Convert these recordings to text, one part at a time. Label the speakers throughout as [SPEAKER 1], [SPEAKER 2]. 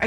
[SPEAKER 1] Are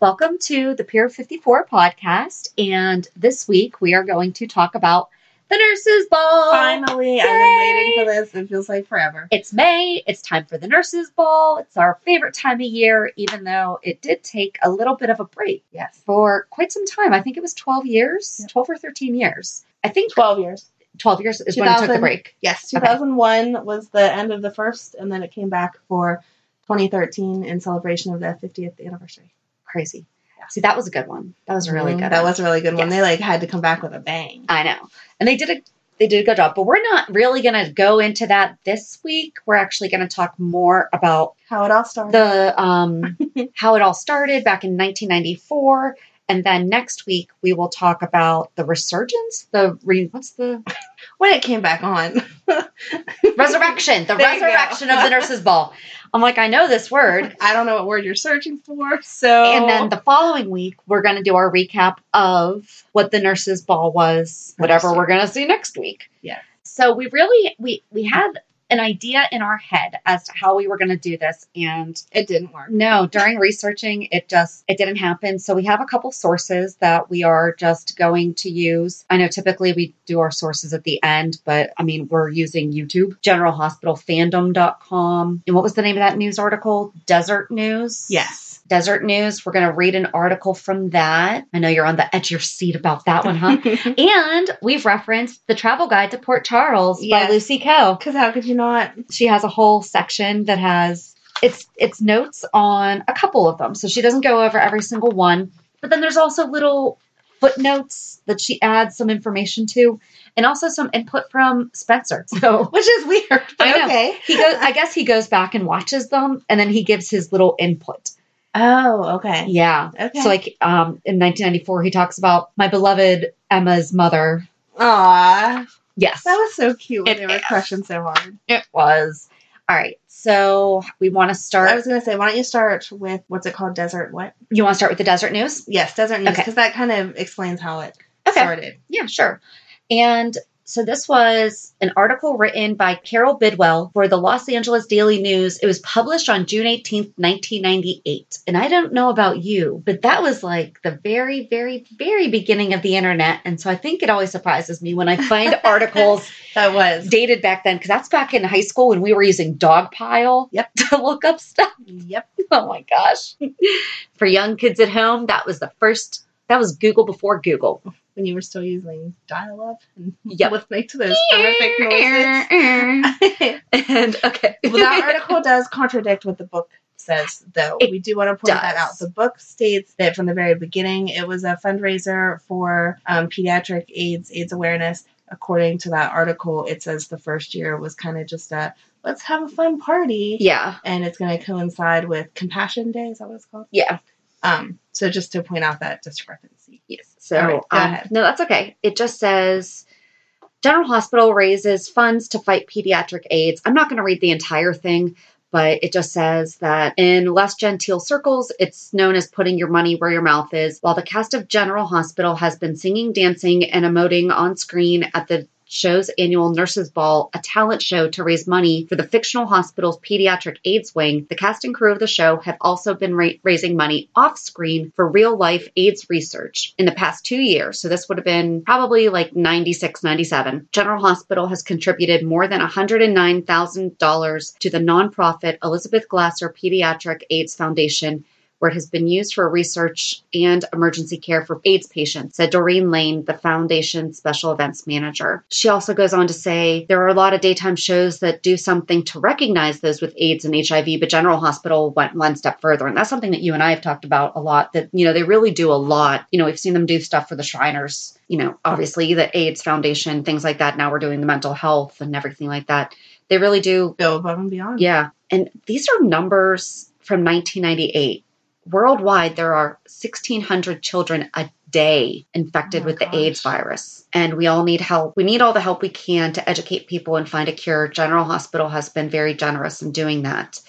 [SPEAKER 2] Welcome to the Pier 54 podcast. And this week we are going to talk about the Nurses Ball.
[SPEAKER 1] Finally, I've been
[SPEAKER 2] Yay!
[SPEAKER 1] waiting for this. It feels like forever.
[SPEAKER 2] It's May. It's time for the Nurses Ball. It's our favorite time of year, even though it did take a little bit of a break
[SPEAKER 1] Yes.
[SPEAKER 2] for quite some time. I think it was 12 years,
[SPEAKER 1] Yep.
[SPEAKER 2] 12 or 13 years. I think
[SPEAKER 1] 12 years.
[SPEAKER 2] 12 years is when it took the
[SPEAKER 1] 2000.
[SPEAKER 2] break.
[SPEAKER 1] Yes,
[SPEAKER 2] Okay.
[SPEAKER 1] 2001 was the end of the first, and then it came back for 2013 in celebration of the 50th anniversary.
[SPEAKER 2] Crazy. See, that was a good one. That was a really
[SPEAKER 1] Mhm.
[SPEAKER 2] good.
[SPEAKER 1] That
[SPEAKER 2] one.
[SPEAKER 1] was a really good
[SPEAKER 2] Yes.
[SPEAKER 1] one.
[SPEAKER 2] Uh,
[SPEAKER 1] They like had to come back with a bang.
[SPEAKER 2] I know. And they did a they did a good job, but we're not really going to go into that this week. We're actually going to talk more about
[SPEAKER 1] How it all started.
[SPEAKER 2] the um, how it all started back in 1994, and then next week we will talk about the resurgence, the re- what's the
[SPEAKER 1] when it came back on.
[SPEAKER 2] resurrection, the
[SPEAKER 1] There you go.
[SPEAKER 2] resurrection of the nurses' ball. I'm like, I know this word.
[SPEAKER 1] I don't know what word you're searching for. So
[SPEAKER 2] And then the following week, we're going to do our recap of what the nurses' ball was, whatever we're going to see next week.
[SPEAKER 1] Yeah.
[SPEAKER 2] So we really we we had an idea in our head as to how we were going to do this, and
[SPEAKER 1] it didn't work.
[SPEAKER 2] no, during researching, it just it didn't happen. So we have a couple sources that we are just going to use. I know typically we do our sources at the end, but I mean we're using YouTube, GeneralHospitalFandom.com, and what was the name of that news article? Desert News.
[SPEAKER 1] Yes.
[SPEAKER 2] Desert News. We're going to read an article from that. I know you're on the edge of your seat about that one, huh? and we've referenced The Travel Guide to Port Charles
[SPEAKER 1] Yes.
[SPEAKER 2] by Lucy Coe.
[SPEAKER 1] Because how could you not?
[SPEAKER 2] She has a whole section that has it's it's notes on a couple of them. So she doesn't go over every single one, but then there's also little footnotes that she adds some information to and also some input from Spencer. So
[SPEAKER 1] Which is weird. But
[SPEAKER 2] I know.
[SPEAKER 1] Okay.
[SPEAKER 2] he goes I guess he goes back and watches them and then he gives his little input.
[SPEAKER 1] Oh, okay.
[SPEAKER 2] Yeah.
[SPEAKER 1] Okay.
[SPEAKER 2] So, like um, in 1994, he talks about my beloved Emma's mother.
[SPEAKER 1] Aw.
[SPEAKER 2] Yes,
[SPEAKER 1] That was so cute when
[SPEAKER 2] It
[SPEAKER 1] they were
[SPEAKER 2] is.
[SPEAKER 1] crushing so hard.
[SPEAKER 2] it was. All right. So, we want to start.
[SPEAKER 1] I was gonna say, why don't you start with what's it called? Desert what?
[SPEAKER 2] you want to start with the desert news?
[SPEAKER 1] Yes, desert news.
[SPEAKER 2] Okay.
[SPEAKER 1] Because that kind of explains how it started.
[SPEAKER 2] Yeah, sure. And so, this was an article written by Carol Bidwell for the Los Angeles Daily News. It was published on June 18th, 1998. And I don't know about you, but that was like the very, very, very beginning of the internet. And so, I think it always surprises me when I find articles
[SPEAKER 1] That was.
[SPEAKER 2] dated back then because that's back in high school when we were using Dogpile
[SPEAKER 1] Yep.
[SPEAKER 2] to look up stuff.
[SPEAKER 1] Yep.
[SPEAKER 2] Oh my gosh. For young kids at home, that was the first, that was Google before Google.
[SPEAKER 1] When you were still using dial up and
[SPEAKER 2] Yep.
[SPEAKER 1] listening to those horrific noises.
[SPEAKER 2] and okay.
[SPEAKER 1] well, that article does contradict what the book says, though.
[SPEAKER 2] It
[SPEAKER 1] we do want to point that
[SPEAKER 2] does.
[SPEAKER 1] out. The book states that from the very beginning, it was a fundraiser for um, pediatric AIDS, AIDS awareness. According to that article, it says the first year was kind of just a let's have a fun party.
[SPEAKER 2] Yeah.
[SPEAKER 1] And it's going to coincide with Compassion Day. Is that what it's called?
[SPEAKER 2] Yeah.
[SPEAKER 1] Um, so just to point out that discrepancy.
[SPEAKER 2] Yes. So,
[SPEAKER 1] All right, go
[SPEAKER 2] um,
[SPEAKER 1] ahead.
[SPEAKER 2] no, that's okay. It just says General Hospital raises funds to fight pediatric AIDS. I'm not going to read the entire thing, but it just says that in less genteel circles, it's known as putting your money where your mouth is. While the cast of General Hospital has been singing, dancing, and emoting on screen at the show's annual Nurses Ball, a talent show to raise money for the fictional hospital's pediatric AIDS wing, the cast and crew of the show have also been ra- raising money off screen for real life AIDS research. In the past two years, so this would have been probably like 96, 97, General Hospital has contributed more than $109,000 to the nonprofit Elizabeth Glasser Pediatric AIDS Foundation where it has been used for research and emergency care for AIDS patients, said Doreen Lane, the foundation special events manager. She also goes on to say there are a lot of daytime shows that do something to recognize those with AIDS and HIV, but General Hospital went one step further. And that's something that you and I have talked about a lot that, you know, they really do a lot. You know, we've seen them do stuff for the Shriners, you know, obviously the AIDS Foundation, things like that. Now we're doing the mental health and everything like that. They really do
[SPEAKER 1] Go above and beyond.
[SPEAKER 2] yeah. And these are numbers from 1998. Worldwide, there are 1,600 children a day infected
[SPEAKER 1] Oh my
[SPEAKER 2] with
[SPEAKER 1] gosh.
[SPEAKER 2] the AIDS virus. And we all need help. We need all the help we can to educate people and find a cure. General Hospital has been very generous in doing that.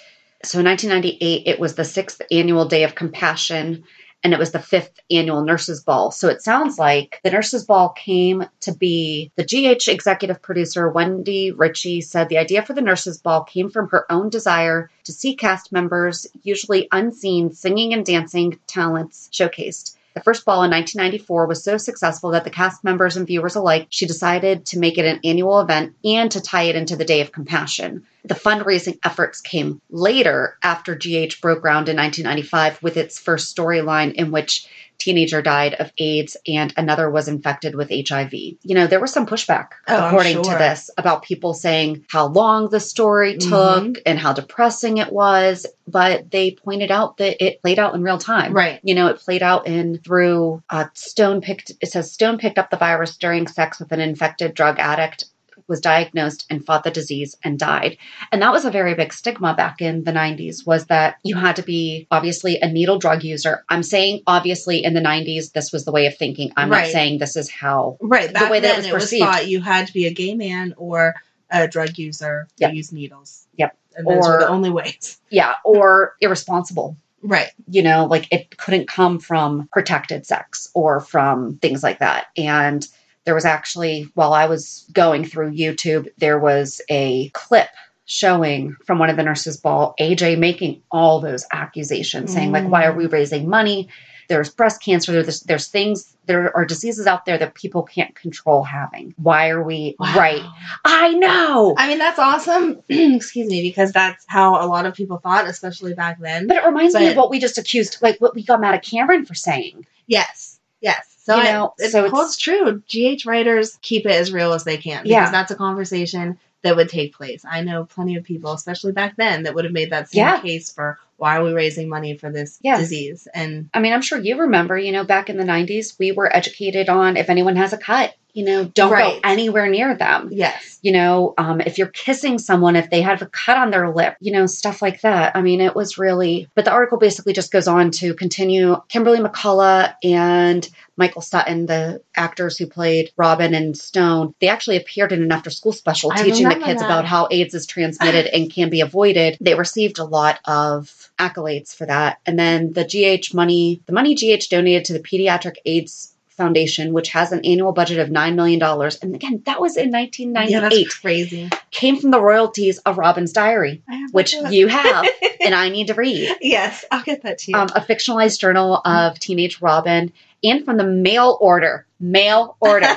[SPEAKER 2] So in 1998, it was the sixth annual Day of Compassion and it was the fifth annual Nurses Ball. So it sounds like the Nurses Ball came to be the GH executive producer, Wendy Ritchie, said the idea for the Nurses Ball came from her own desire to see cast members, usually unseen, singing and dancing talents showcased. The first ball in 1994 was so successful that the cast members and viewers alike, she decided to make it an annual event and to tie it into the Day of Compassion. The fundraising efforts came later after GH broke ground in 1995 with its first storyline in which teenager died of AIDS and another was infected with HIV. You know, there was some pushback
[SPEAKER 1] Oh, I'm
[SPEAKER 2] according to
[SPEAKER 1] sure.
[SPEAKER 2] this about people saying how long the story took
[SPEAKER 1] Mm-hmm.
[SPEAKER 2] and how depressing it was, but they pointed out that it played out in real time.
[SPEAKER 1] Right.
[SPEAKER 2] You know, it played out in through uh, Stone picked. It says Stone picked up the virus during sex with an infected drug addict, was diagnosed and fought the disease and died. And that was a very big stigma back in the 90s was that you had to be obviously a needle drug user. I'm saying obviously in the 90s this was the way of thinking. I'm not
[SPEAKER 1] Right.
[SPEAKER 2] saying this is how
[SPEAKER 1] Right.
[SPEAKER 2] The
[SPEAKER 1] Back
[SPEAKER 2] way that it
[SPEAKER 1] then,
[SPEAKER 2] was
[SPEAKER 1] it was
[SPEAKER 2] perceived.
[SPEAKER 1] thought you had to be a gay man or a drug user to
[SPEAKER 2] Yep.
[SPEAKER 1] use needles.
[SPEAKER 2] Yep.
[SPEAKER 1] And those were
[SPEAKER 2] Or-
[SPEAKER 1] the only ways.
[SPEAKER 2] yeah, or irresponsible.
[SPEAKER 1] Right.
[SPEAKER 2] you know, like it couldn't come from protected sex or from things like that. And there was actually, while I was going through YouTube, there was a clip showing from one of the nurses' ball, AJ making all those accusations, saying, like,
[SPEAKER 1] Mm.
[SPEAKER 2] why are we raising money? There's breast cancer. There's, there's things, there are diseases out there that people can't control having. Why are we, right? I know.
[SPEAKER 1] I mean, that's awesome. Excuse me, because that's how a lot of people thought, especially back then.
[SPEAKER 2] but it reminds me of
[SPEAKER 1] But-
[SPEAKER 2] what we just accused, like what we got mad at Cameron for saying.
[SPEAKER 1] yes. Yes. So,
[SPEAKER 2] You
[SPEAKER 1] it-
[SPEAKER 2] know,
[SPEAKER 1] it,
[SPEAKER 2] so it's-
[SPEAKER 1] holds true. GH writers keep it as real as they can because
[SPEAKER 2] Yeah.
[SPEAKER 1] that's a conversation that would take place. I know plenty of people, especially back then, that would have made that same
[SPEAKER 2] Yeah.
[SPEAKER 1] case for why are we raising money for this
[SPEAKER 2] Yeah.
[SPEAKER 1] disease? And
[SPEAKER 2] I mean, I'm sure you remember, you know, back in the 90s, we were educated on if anyone has a cut, you know, don't
[SPEAKER 1] Right.
[SPEAKER 2] go anywhere near them.
[SPEAKER 1] yes.
[SPEAKER 2] You know, um, if you're kissing someone, if they have a cut on their lip, you know, stuff like that. I mean, it was really, but the article basically just goes on to continue. Kimberly McCullough and Michael Sutton, the actors who played Robin and Stone, they actually appeared in an after school special
[SPEAKER 1] I
[SPEAKER 2] teaching the
[SPEAKER 1] remember
[SPEAKER 2] kids
[SPEAKER 1] that.
[SPEAKER 2] about how AIDS is transmitted and can be avoided. They received a lot of accolades for that. And then the GH money, the money GH donated to the Pediatric AIDS Foundation, which has an annual budget of $9 million. And again, that was in
[SPEAKER 1] Yeah,
[SPEAKER 2] 1998,
[SPEAKER 1] that's crazy.
[SPEAKER 2] came from the royalties of Robin's Diary,
[SPEAKER 1] I have
[SPEAKER 2] which
[SPEAKER 1] to-
[SPEAKER 2] you have and I need to read
[SPEAKER 1] yes, I'll get that to you.
[SPEAKER 2] um, a fictionalized journal of teenage Robin, and from the mail order. Mail order.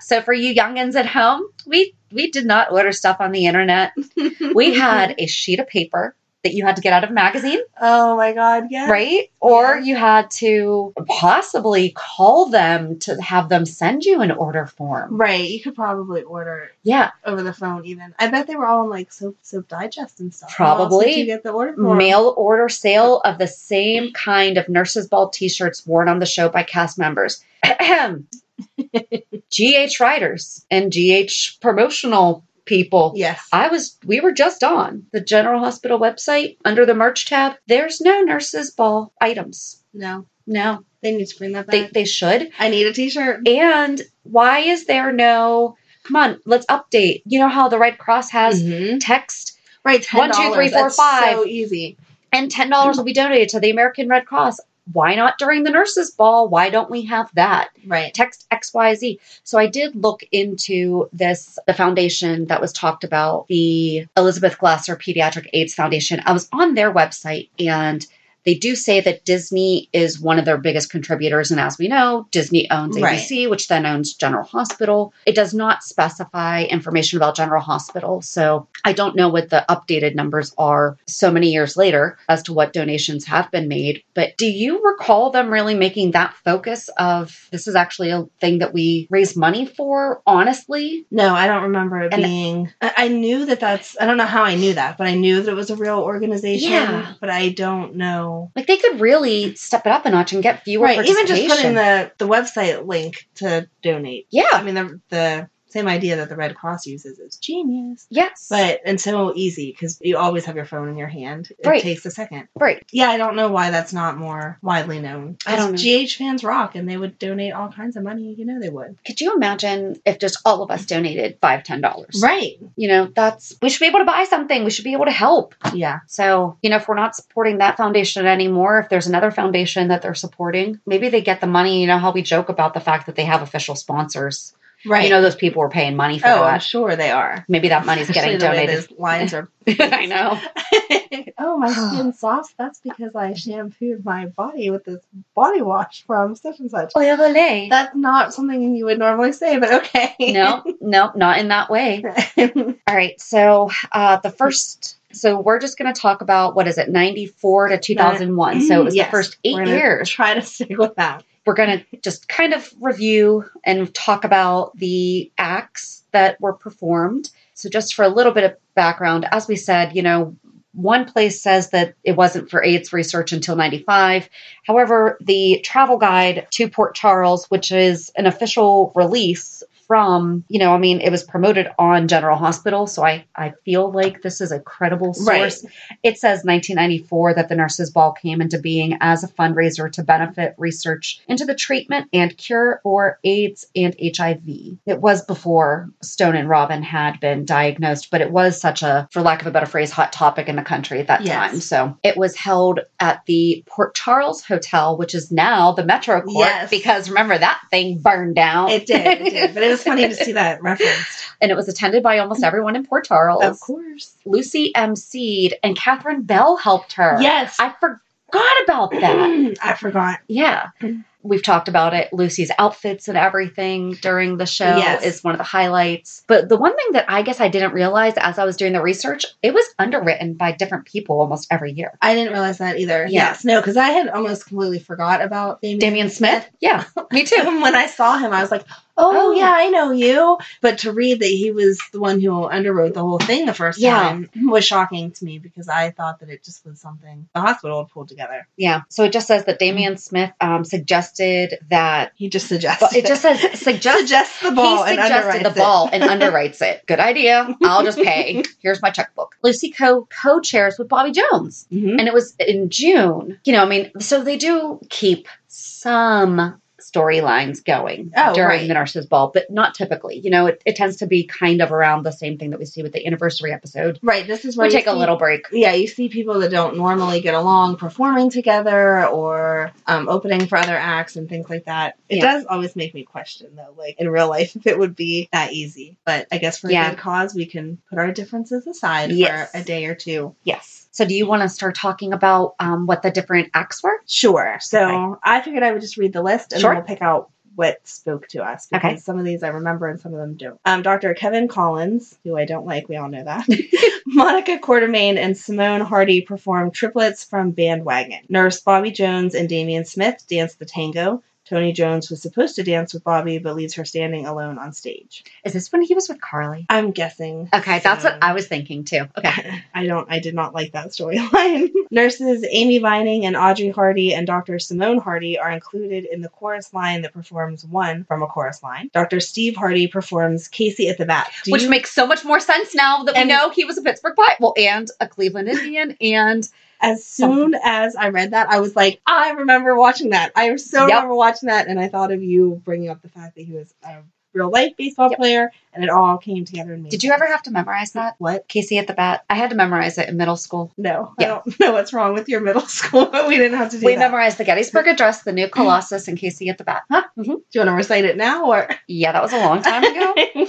[SPEAKER 2] so for you youngins at home, we we did not order stuff on the internet. We had a sheet of paper that you had to get out of a magazine,
[SPEAKER 1] Oh my God. Yeah.
[SPEAKER 2] right? Or you had to possibly call them to have them send you an order form.
[SPEAKER 1] Right. You could probably order
[SPEAKER 2] Yeah,
[SPEAKER 1] over the phone even. I bet they were all in like soap soap digest and stuff. How else
[SPEAKER 2] Probably.
[SPEAKER 1] did you get the order form?
[SPEAKER 2] mail order sale of the same kind of nurses ball t-shirts worn on the show by cast members gh writers and gh promotional people
[SPEAKER 1] Yes.
[SPEAKER 2] i was we were just on the general hospital website under the merch tab there's no nurses ball items
[SPEAKER 1] no.
[SPEAKER 2] no
[SPEAKER 1] They need to bring that back.
[SPEAKER 2] they, they should
[SPEAKER 1] I need a t shirt.
[SPEAKER 2] and why is there no come on let's update you know how the red cross has text
[SPEAKER 1] Mm-hmm. Right, $10.
[SPEAKER 2] One, two, three, four,
[SPEAKER 1] That's
[SPEAKER 2] five.
[SPEAKER 1] So easy.
[SPEAKER 2] and ten dollars will be donated to the American Red Cross. Why not during the nurses' ball? Why don't we have that?
[SPEAKER 1] Right.
[SPEAKER 2] Text XYZ. So I did look into this, the foundation that was talked about, the Elizabeth Glasser Pediatric AIDS Foundation. I was on their website and they do say that Disney is one of their biggest contributors. And as we know, Disney owns
[SPEAKER 1] Right.
[SPEAKER 2] ABC, which then owns General Hospital. It does not specify information about General Hospital. So I don't know what the updated numbers are so many years later as to what donations have been made. But do you recall them really making that focus of this is actually a thing that we raise money for, honestly?
[SPEAKER 1] No, I don't remember it
[SPEAKER 2] And-
[SPEAKER 1] being. I, I knew that that's. I don't know how I knew that, but I knew that it was a real organization.
[SPEAKER 2] Yeah.
[SPEAKER 1] But I don't know.
[SPEAKER 2] Like they could really step it up a notch and get fewer
[SPEAKER 1] Right. Even just
[SPEAKER 2] participation.
[SPEAKER 1] putting the the website link to donate. I
[SPEAKER 2] yeah.
[SPEAKER 1] mean the the same idea that the Red Cross uses is genius.
[SPEAKER 2] Yes.
[SPEAKER 1] But and so easy because you always have your phone in your hand. It
[SPEAKER 2] Right.
[SPEAKER 1] takes a second.
[SPEAKER 2] right.
[SPEAKER 1] Yeah, I don't know why that's not more widely known.
[SPEAKER 2] I don't know.
[SPEAKER 1] GH fans rock, and they would donate all kinds of money. You know they would.
[SPEAKER 2] Could you imagine if just all of us donated five, ten dollars?
[SPEAKER 1] Right.
[SPEAKER 2] You know, that's we should be able to buy something. We should be able to help.
[SPEAKER 1] Yeah.
[SPEAKER 2] So, you know, if we're not supporting that foundation anymore, if there's another foundation that they're supporting, maybe they get the money. You know how we joke about the fact that they have official sponsors.
[SPEAKER 1] Right.
[SPEAKER 2] You know, those people were paying money for
[SPEAKER 1] oh, I'm
[SPEAKER 2] that.
[SPEAKER 1] sure they are.
[SPEAKER 2] Maybe that money's getting
[SPEAKER 1] Especially the way
[SPEAKER 2] donated.
[SPEAKER 1] those lines are.
[SPEAKER 2] I know.
[SPEAKER 1] oh, my skin's soft. That's because I shampooed my body with this body wash from such and such.
[SPEAKER 2] That-
[SPEAKER 1] That's not something you would normally say, but okay.
[SPEAKER 2] no, no, not in that way.
[SPEAKER 1] No.
[SPEAKER 2] All right. So uh, the first, so we're just going to talk about what is it, 94 to 2001. So it was the first 8 years.
[SPEAKER 1] Try to stick with that.
[SPEAKER 2] We're going to just kind of review and talk about the acts that were performed. So just for a little bit of background, as we said, you know, one place says that it wasn't for AIDS research until 95. However, the travel guide to Port Charles, which is an official release from, you know, I mean, it was promoted on General Hospital. So I, I feel like this is a credible source. It says 1994 that the Nurses Ball came into being as a fundraiser to benefit research into the treatment and cure for AIDS and HIV. It was before Stone and Robin had been diagnosed, but it was such a, for lack of a better phrase, hot topic in the country at that
[SPEAKER 1] Yes.
[SPEAKER 2] time. So it was held at the Port Charles Hotel, which is now the Metro Court,
[SPEAKER 1] Yes.
[SPEAKER 2] because remember that thing burned down.
[SPEAKER 1] It did, it did. But it was funny to see that referenced.
[SPEAKER 2] and it was attended by almost everyone in Port Charles.
[SPEAKER 1] Of course.
[SPEAKER 2] Lucy M. Seed and Catherine Bell helped her.
[SPEAKER 1] Yes.
[SPEAKER 2] I forgot about that.
[SPEAKER 1] I forgot.
[SPEAKER 2] yeah. We've talked about it. Lucy's outfits and everything during the show
[SPEAKER 1] Yes.
[SPEAKER 2] is one of the highlights. But the one thing that I guess I didn't realize as I was doing the research, it was underwritten by different people almost every year.
[SPEAKER 1] I didn't realize that either.
[SPEAKER 2] Yeah.
[SPEAKER 1] Yes. No, because I had almost completely forgot about Damien.
[SPEAKER 2] Damian Smith? Yeah, me too.
[SPEAKER 1] when I saw him, I was like, oh,
[SPEAKER 2] Oh.
[SPEAKER 1] yeah, I know you. But to read that he was the one who underwrote the whole thing the first
[SPEAKER 2] Yeah.
[SPEAKER 1] time was shocking to me because I thought that it just was something the hospital had pulled together.
[SPEAKER 2] Yeah. So it just says that Damian Smith um, suggested that.
[SPEAKER 1] He just suggested
[SPEAKER 2] But it just says suggest
[SPEAKER 1] suggests the ball
[SPEAKER 2] he
[SPEAKER 1] and
[SPEAKER 2] suggested
[SPEAKER 1] underwrites
[SPEAKER 2] the ball and underwrites it. Good idea. I'll just pay. Here's my checkbook. Lucy Co co chairs with Bobby Jones.
[SPEAKER 1] It. Mhm.
[SPEAKER 2] And it was in June. You know, I mean, so they do keep some storylines going
[SPEAKER 1] Oh,
[SPEAKER 2] during
[SPEAKER 1] right.
[SPEAKER 2] the Nurses Ball, but not typically. You know, it, it tends to be kind of around the same thing that we see with the anniversary episode.
[SPEAKER 1] Right. This is where
[SPEAKER 2] We
[SPEAKER 1] you
[SPEAKER 2] take a
[SPEAKER 1] see-
[SPEAKER 2] little break.
[SPEAKER 1] Yeah, you see people that don't normally get along performing together or um, opening for other acts and things like that. It
[SPEAKER 2] Yeah.
[SPEAKER 1] does always make me question, though, like in real life, if it would be that easy. But I guess for a
[SPEAKER 2] Yeah.
[SPEAKER 1] good cause, we can put our differences aside
[SPEAKER 2] Yes.
[SPEAKER 1] for a day or two.
[SPEAKER 2] Yes. So do you want to start talking about um, what the different acts were?
[SPEAKER 1] Sure. So
[SPEAKER 2] Okay.
[SPEAKER 1] I figured I would just read the list and
[SPEAKER 2] Sure.
[SPEAKER 1] then we'll pick out what spoke to us because
[SPEAKER 2] Okay.
[SPEAKER 1] some of these I remember and some of them don't. Um, Dr. Kevin Collins, who I don't like, we all know that. Monica Quartermain and Simone Hardy performed triplets from Bandwagon. Nurse Bobby Jones and Damian Smith danced the tango. Tony Jones was supposed to dance with Bobby, but leaves her standing alone on stage.
[SPEAKER 2] Is this when he was with Carly?
[SPEAKER 1] I'm guessing.
[SPEAKER 2] Okay, that's
[SPEAKER 1] So-
[SPEAKER 2] what I was thinking too. Okay.
[SPEAKER 1] I don't I did not like that storyline. Nurses Amy Vining and Audrey Hardy and Dr. Simone Hardy are included in the chorus line that performs one from a chorus line. Dr. Steve Hardy performs Casey at the Bat. Do
[SPEAKER 2] Which
[SPEAKER 1] you-
[SPEAKER 2] makes so much more sense now that
[SPEAKER 1] And-
[SPEAKER 2] we know he was a Pittsburgh Pie, well, and a Cleveland Indian, and
[SPEAKER 1] as soon as I read that, I was like, I remember watching that. I so
[SPEAKER 2] Yep.
[SPEAKER 1] remember watching that and I thought of you bringing up the fact that he was a real life baseball
[SPEAKER 2] Yep.
[SPEAKER 1] player and it all came together in me.
[SPEAKER 2] did you ever have to memorize that?
[SPEAKER 1] what?
[SPEAKER 2] Casey at the bat. I had to memorize it in middle school.
[SPEAKER 1] No, I
[SPEAKER 2] Yeah.
[SPEAKER 1] don't know what's wrong with your middle school, but we didn't have to do
[SPEAKER 2] We
[SPEAKER 1] that.
[SPEAKER 2] memorized the Gettysburg Address, the New Colossus, and Casey at the bat. Huh? hmm
[SPEAKER 1] do you want to recite it now or
[SPEAKER 2] Yeah, that was a long time ago,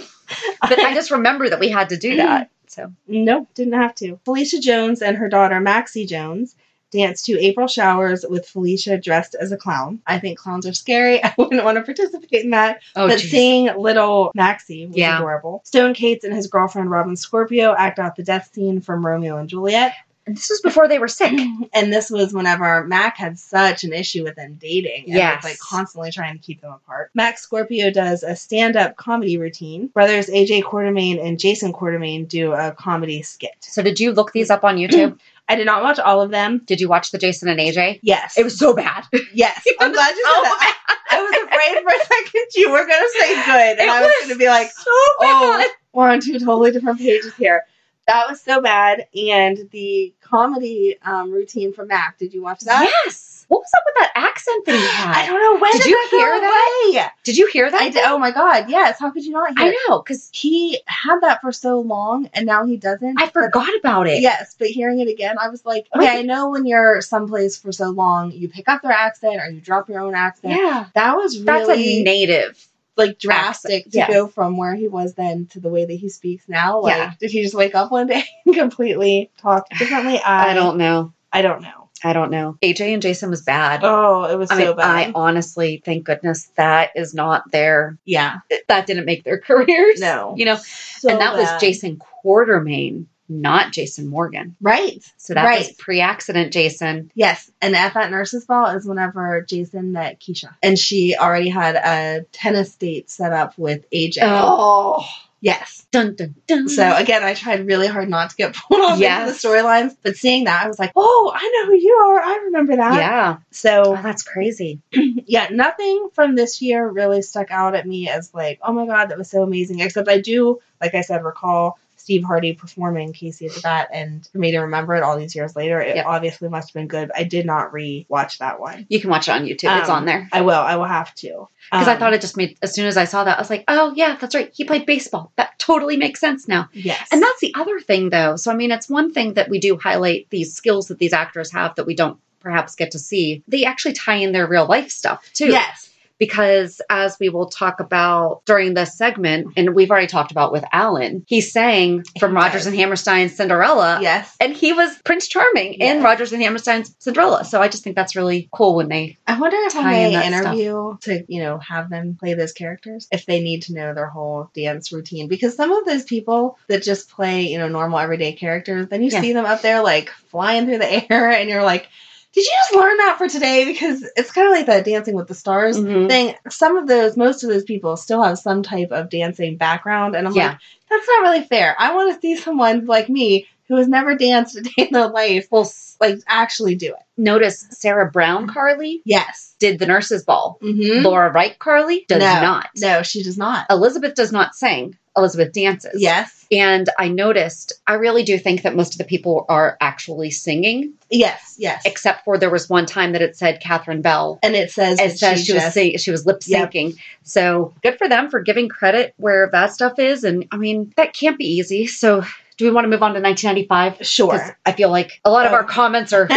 [SPEAKER 2] but I just remember that we had to do that. So
[SPEAKER 1] Nope, didn't have to. Felicia Jones and her daughter Maxie Jones danced to April Showers with Felicia dressed as a clown. I think clowns are scary. I wouldn't want to participate in that.
[SPEAKER 2] oh,
[SPEAKER 1] but
[SPEAKER 2] geez.
[SPEAKER 1] seeing little Maxie was
[SPEAKER 2] Yeah.
[SPEAKER 1] adorable. Stone Cates and his girlfriend Robin Scorpio act out the death scene from Romeo and Juliet.
[SPEAKER 2] And this was before they were sick.
[SPEAKER 1] And this was whenever Mac had such an issue with them dating. And
[SPEAKER 2] Yes.
[SPEAKER 1] was, like constantly trying to keep them apart. Mac Scorpio does a stand up comedy routine. Brothers AJ Quartermain and Jason Quartermain do a comedy skit.
[SPEAKER 2] So did you look these up on YouTube?
[SPEAKER 1] I did not watch all of them.
[SPEAKER 2] did you watch the Jason and AJ?
[SPEAKER 1] Yes.
[SPEAKER 2] It was so bad.
[SPEAKER 1] yes. I'm glad you said
[SPEAKER 2] so
[SPEAKER 1] that. I, I was afraid for a second you were gonna say good. And
[SPEAKER 2] It
[SPEAKER 1] I was,
[SPEAKER 2] was
[SPEAKER 1] gonna be like,
[SPEAKER 2] so
[SPEAKER 1] oh we're on two totally different pages here. That was so bad. And the comedy um, routine from Mac, did you watch that?
[SPEAKER 2] Yes. What was up with that accent that he had?
[SPEAKER 1] I don't know when
[SPEAKER 2] Did
[SPEAKER 1] did
[SPEAKER 2] you
[SPEAKER 1] that go
[SPEAKER 2] hear that?
[SPEAKER 1] away?
[SPEAKER 2] Did you hear that?
[SPEAKER 1] I did, oh my god, yes. How could you not hear
[SPEAKER 2] I
[SPEAKER 1] it?
[SPEAKER 2] know because
[SPEAKER 1] He had that for so long and now he doesn't.
[SPEAKER 2] I forgot about it. Oh
[SPEAKER 1] Yes, but hearing it again, I was like, okay, I know when you're someplace for so long, you pick up their accent or you drop your own accent.
[SPEAKER 2] Yeah.
[SPEAKER 1] That was
[SPEAKER 2] That's
[SPEAKER 1] really
[SPEAKER 2] a native.
[SPEAKER 1] like drastic
[SPEAKER 2] accent,
[SPEAKER 1] to
[SPEAKER 2] yeah.
[SPEAKER 1] go from where he was then to the way that he speaks now. Like,
[SPEAKER 2] Yeah.
[SPEAKER 1] did he just wake up one day and completely talk differently? I,
[SPEAKER 2] I don't know.
[SPEAKER 1] I don't know.
[SPEAKER 2] I don't know. AJ and Jason was bad.
[SPEAKER 1] Oh, it was
[SPEAKER 2] I
[SPEAKER 1] so
[SPEAKER 2] mean,
[SPEAKER 1] bad.
[SPEAKER 2] I honestly, thank goodness that is not their,
[SPEAKER 1] yeah,
[SPEAKER 2] that didn't make their careers.
[SPEAKER 1] No.
[SPEAKER 2] You know,
[SPEAKER 1] so
[SPEAKER 2] and that
[SPEAKER 1] bad.
[SPEAKER 2] was Jason Quartermain, not Jason Morgan.
[SPEAKER 1] Right.
[SPEAKER 2] So that was
[SPEAKER 1] Right.
[SPEAKER 2] pre accident Jason.
[SPEAKER 1] Yes, and at that nurse's ball is whenever Jason met Keisha, and she already had a tennis date set up with AJ.
[SPEAKER 2] Oh. uh,
[SPEAKER 1] Yes.
[SPEAKER 2] Dun, dun, dun.
[SPEAKER 1] So again, I tried really hard not to get pulled off into
[SPEAKER 2] Yes.
[SPEAKER 1] the storylines, but seeing that, I was like, "Oh, I know who you are. I remember that."
[SPEAKER 2] yeah.
[SPEAKER 1] So
[SPEAKER 2] Oh, that's crazy.
[SPEAKER 1] yeah, nothing from this year really stuck out at me as like, oh my god, that was so amazing. Except I do, like I said, recall Steve Hardy performing Casey at the Bat, and for me to remember it all these years later, it
[SPEAKER 2] Yep.
[SPEAKER 1] obviously must have been good. But I did not re-watch that one.
[SPEAKER 2] You can watch it on YouTube. it's
[SPEAKER 1] Um,
[SPEAKER 2] on there.
[SPEAKER 1] I will. I will have to Um,
[SPEAKER 2] Because I thought it just made, as soon as I saw that, I was like, oh, yeah, that's right. He played baseball. That totally makes sense now.
[SPEAKER 1] Yes,
[SPEAKER 2] And that's the other thing, though. So, I mean, it's one thing that we do highlight these skills that these actors have that we don't perhaps get to see. They actually tie in their real life stuff, too.
[SPEAKER 1] yes,
[SPEAKER 2] Because as we will talk about during this segment, and we've already talked about with Alan, he sang from
[SPEAKER 1] He
[SPEAKER 2] Rogers
[SPEAKER 1] does.
[SPEAKER 2] and Hammerstein's Cinderella.
[SPEAKER 1] yes.
[SPEAKER 2] And he was Prince Charming in
[SPEAKER 1] Yes.
[SPEAKER 2] Rogers and Hammerstein's Cinderella. So I just think that's really cool when they.
[SPEAKER 1] I wonder if when
[SPEAKER 2] tie in
[SPEAKER 1] they
[SPEAKER 2] that stuff.
[SPEAKER 1] interview to, you know, have them play those characters, if they need to know their whole dance routine. Because some of those people that just play, you know, normal everyday characters, then you
[SPEAKER 2] Yeah.
[SPEAKER 1] see them up there like flying through the air and you're like, did you just learn that for today? Because it's kind of like that Dancing with the Stars
[SPEAKER 2] Mhm.
[SPEAKER 1] thing. Some of those, most of those people still have some type of dancing background. And I'm
[SPEAKER 2] Yeah.
[SPEAKER 1] like, that's not really fair. I want to see someone like me who has never danced a day in their life,
[SPEAKER 2] Well, s-
[SPEAKER 1] like actually do it.
[SPEAKER 2] notice Sarah Brown Carly
[SPEAKER 1] Yes.
[SPEAKER 2] did the Nurses Ball.
[SPEAKER 1] Mm-hmm.
[SPEAKER 2] Laura Wright Carly does
[SPEAKER 1] No,
[SPEAKER 2] not.
[SPEAKER 1] No, she does not.
[SPEAKER 2] Elizabeth does not sing. Elizabeth dances.
[SPEAKER 1] Yes.
[SPEAKER 2] And I noticed, I really do think that most of the people are actually singing,
[SPEAKER 1] Yes. Yes.
[SPEAKER 2] except for there was one time that it said Catherine Bell.
[SPEAKER 1] and it says
[SPEAKER 2] It
[SPEAKER 1] that
[SPEAKER 2] says
[SPEAKER 1] she,
[SPEAKER 2] she, was
[SPEAKER 1] just-
[SPEAKER 2] sing- she was lip
[SPEAKER 1] Yep.
[SPEAKER 2] syncing. So good for them for giving credit where that stuff is. And I mean, that can't be easy. So do we want to move on to 1995?
[SPEAKER 1] Sure.
[SPEAKER 2] 'Cause I feel like a lot of
[SPEAKER 1] Oh.
[SPEAKER 2] our comments are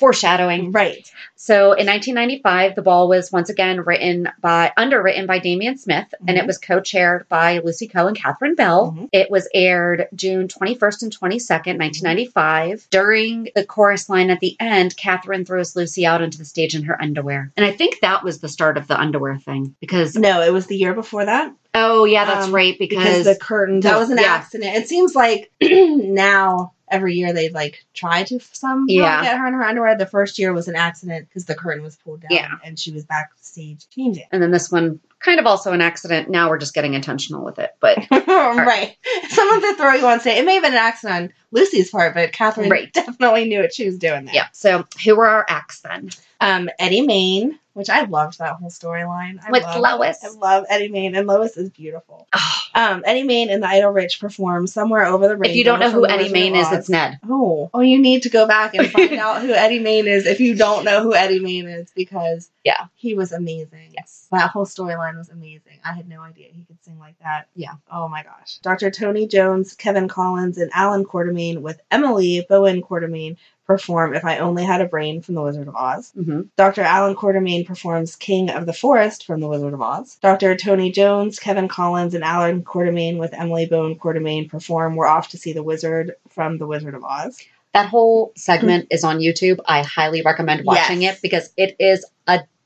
[SPEAKER 2] foreshadowing.
[SPEAKER 1] right.
[SPEAKER 2] So in 1995, the ball was once again written by underwritten by Damian Smith, and it
[SPEAKER 1] Mhm.
[SPEAKER 2] was co-chaired by Lucy Coe and Catherine Bell.
[SPEAKER 1] Mhm.
[SPEAKER 2] It was aired June 21st and 22nd, 1995. During the chorus line at the end, Catherine throws Lucy out onto the stage in her underwear, and I think that was the start of the underwear thing because
[SPEAKER 1] No, it was the year before that
[SPEAKER 2] oh yeah, that's
[SPEAKER 1] Um,
[SPEAKER 2] right because,
[SPEAKER 1] because the curtain
[SPEAKER 2] the-
[SPEAKER 1] that was an
[SPEAKER 2] yeah.
[SPEAKER 1] accident. It seems like now every year they like try to somehow
[SPEAKER 2] Yeah.
[SPEAKER 1] get her in her underwear. The first year was an accident because the curtain was pulled down
[SPEAKER 2] Yeah.
[SPEAKER 1] and she was backstage changing.
[SPEAKER 2] and then this one kind of also an accident. Now we're just getting intentional with it, but
[SPEAKER 1] right. Someone did throw you on stage. It may have been an accident on Lucy's part, but Catherine
[SPEAKER 2] Right.
[SPEAKER 1] definitely knew what she was doing there.
[SPEAKER 2] yeah. So who were our acts then?
[SPEAKER 1] Um, Eddie Main, which I loved that whole storyline. I
[SPEAKER 2] With
[SPEAKER 1] love-
[SPEAKER 2] Lois.
[SPEAKER 1] I love Eddie Main, and Lois is beautiful.
[SPEAKER 2] Oh,
[SPEAKER 1] Um, Eddie Main and the Idle Rich perform somewhere over the rainbow.
[SPEAKER 2] if you don't know
[SPEAKER 1] from
[SPEAKER 2] who
[SPEAKER 1] the
[SPEAKER 2] Eddie
[SPEAKER 1] Wizard of
[SPEAKER 2] Main is,
[SPEAKER 1] Oz.
[SPEAKER 2] it's Ned.
[SPEAKER 1] Oh, oh, you need to go back and find out who Eddie Main is if you don't know who Eddie Main is because
[SPEAKER 2] Yeah.
[SPEAKER 1] he was amazing.
[SPEAKER 2] Yes.
[SPEAKER 1] That whole storyline was amazing. I had no idea he could sing like that.
[SPEAKER 2] Yeah.
[SPEAKER 1] Oh my gosh. Dr. Tony Jones, Kevin Collins, and Alan Quartermain with Emily Bowen Quartermain perform If I Only Had a Brain from The Wizard of Oz.
[SPEAKER 2] Mm-hmm.
[SPEAKER 1] Dr. Alan Quartermain performs King of the Forest from The Wizard of Oz. Dr. Tony Jones, Kevin Collins, and Alan Quartermain with Emily Bone Quartermain perform We're Off to See the Wizard from The Wizard of Oz.
[SPEAKER 2] That whole segment is on YouTube. I highly recommend watching
[SPEAKER 1] Hmm. Yes.
[SPEAKER 2] it because it is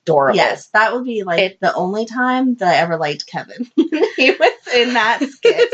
[SPEAKER 2] adorable.
[SPEAKER 1] Yes, that would be like
[SPEAKER 2] It-
[SPEAKER 1] the only time that I ever liked Kevin. he was in that skit.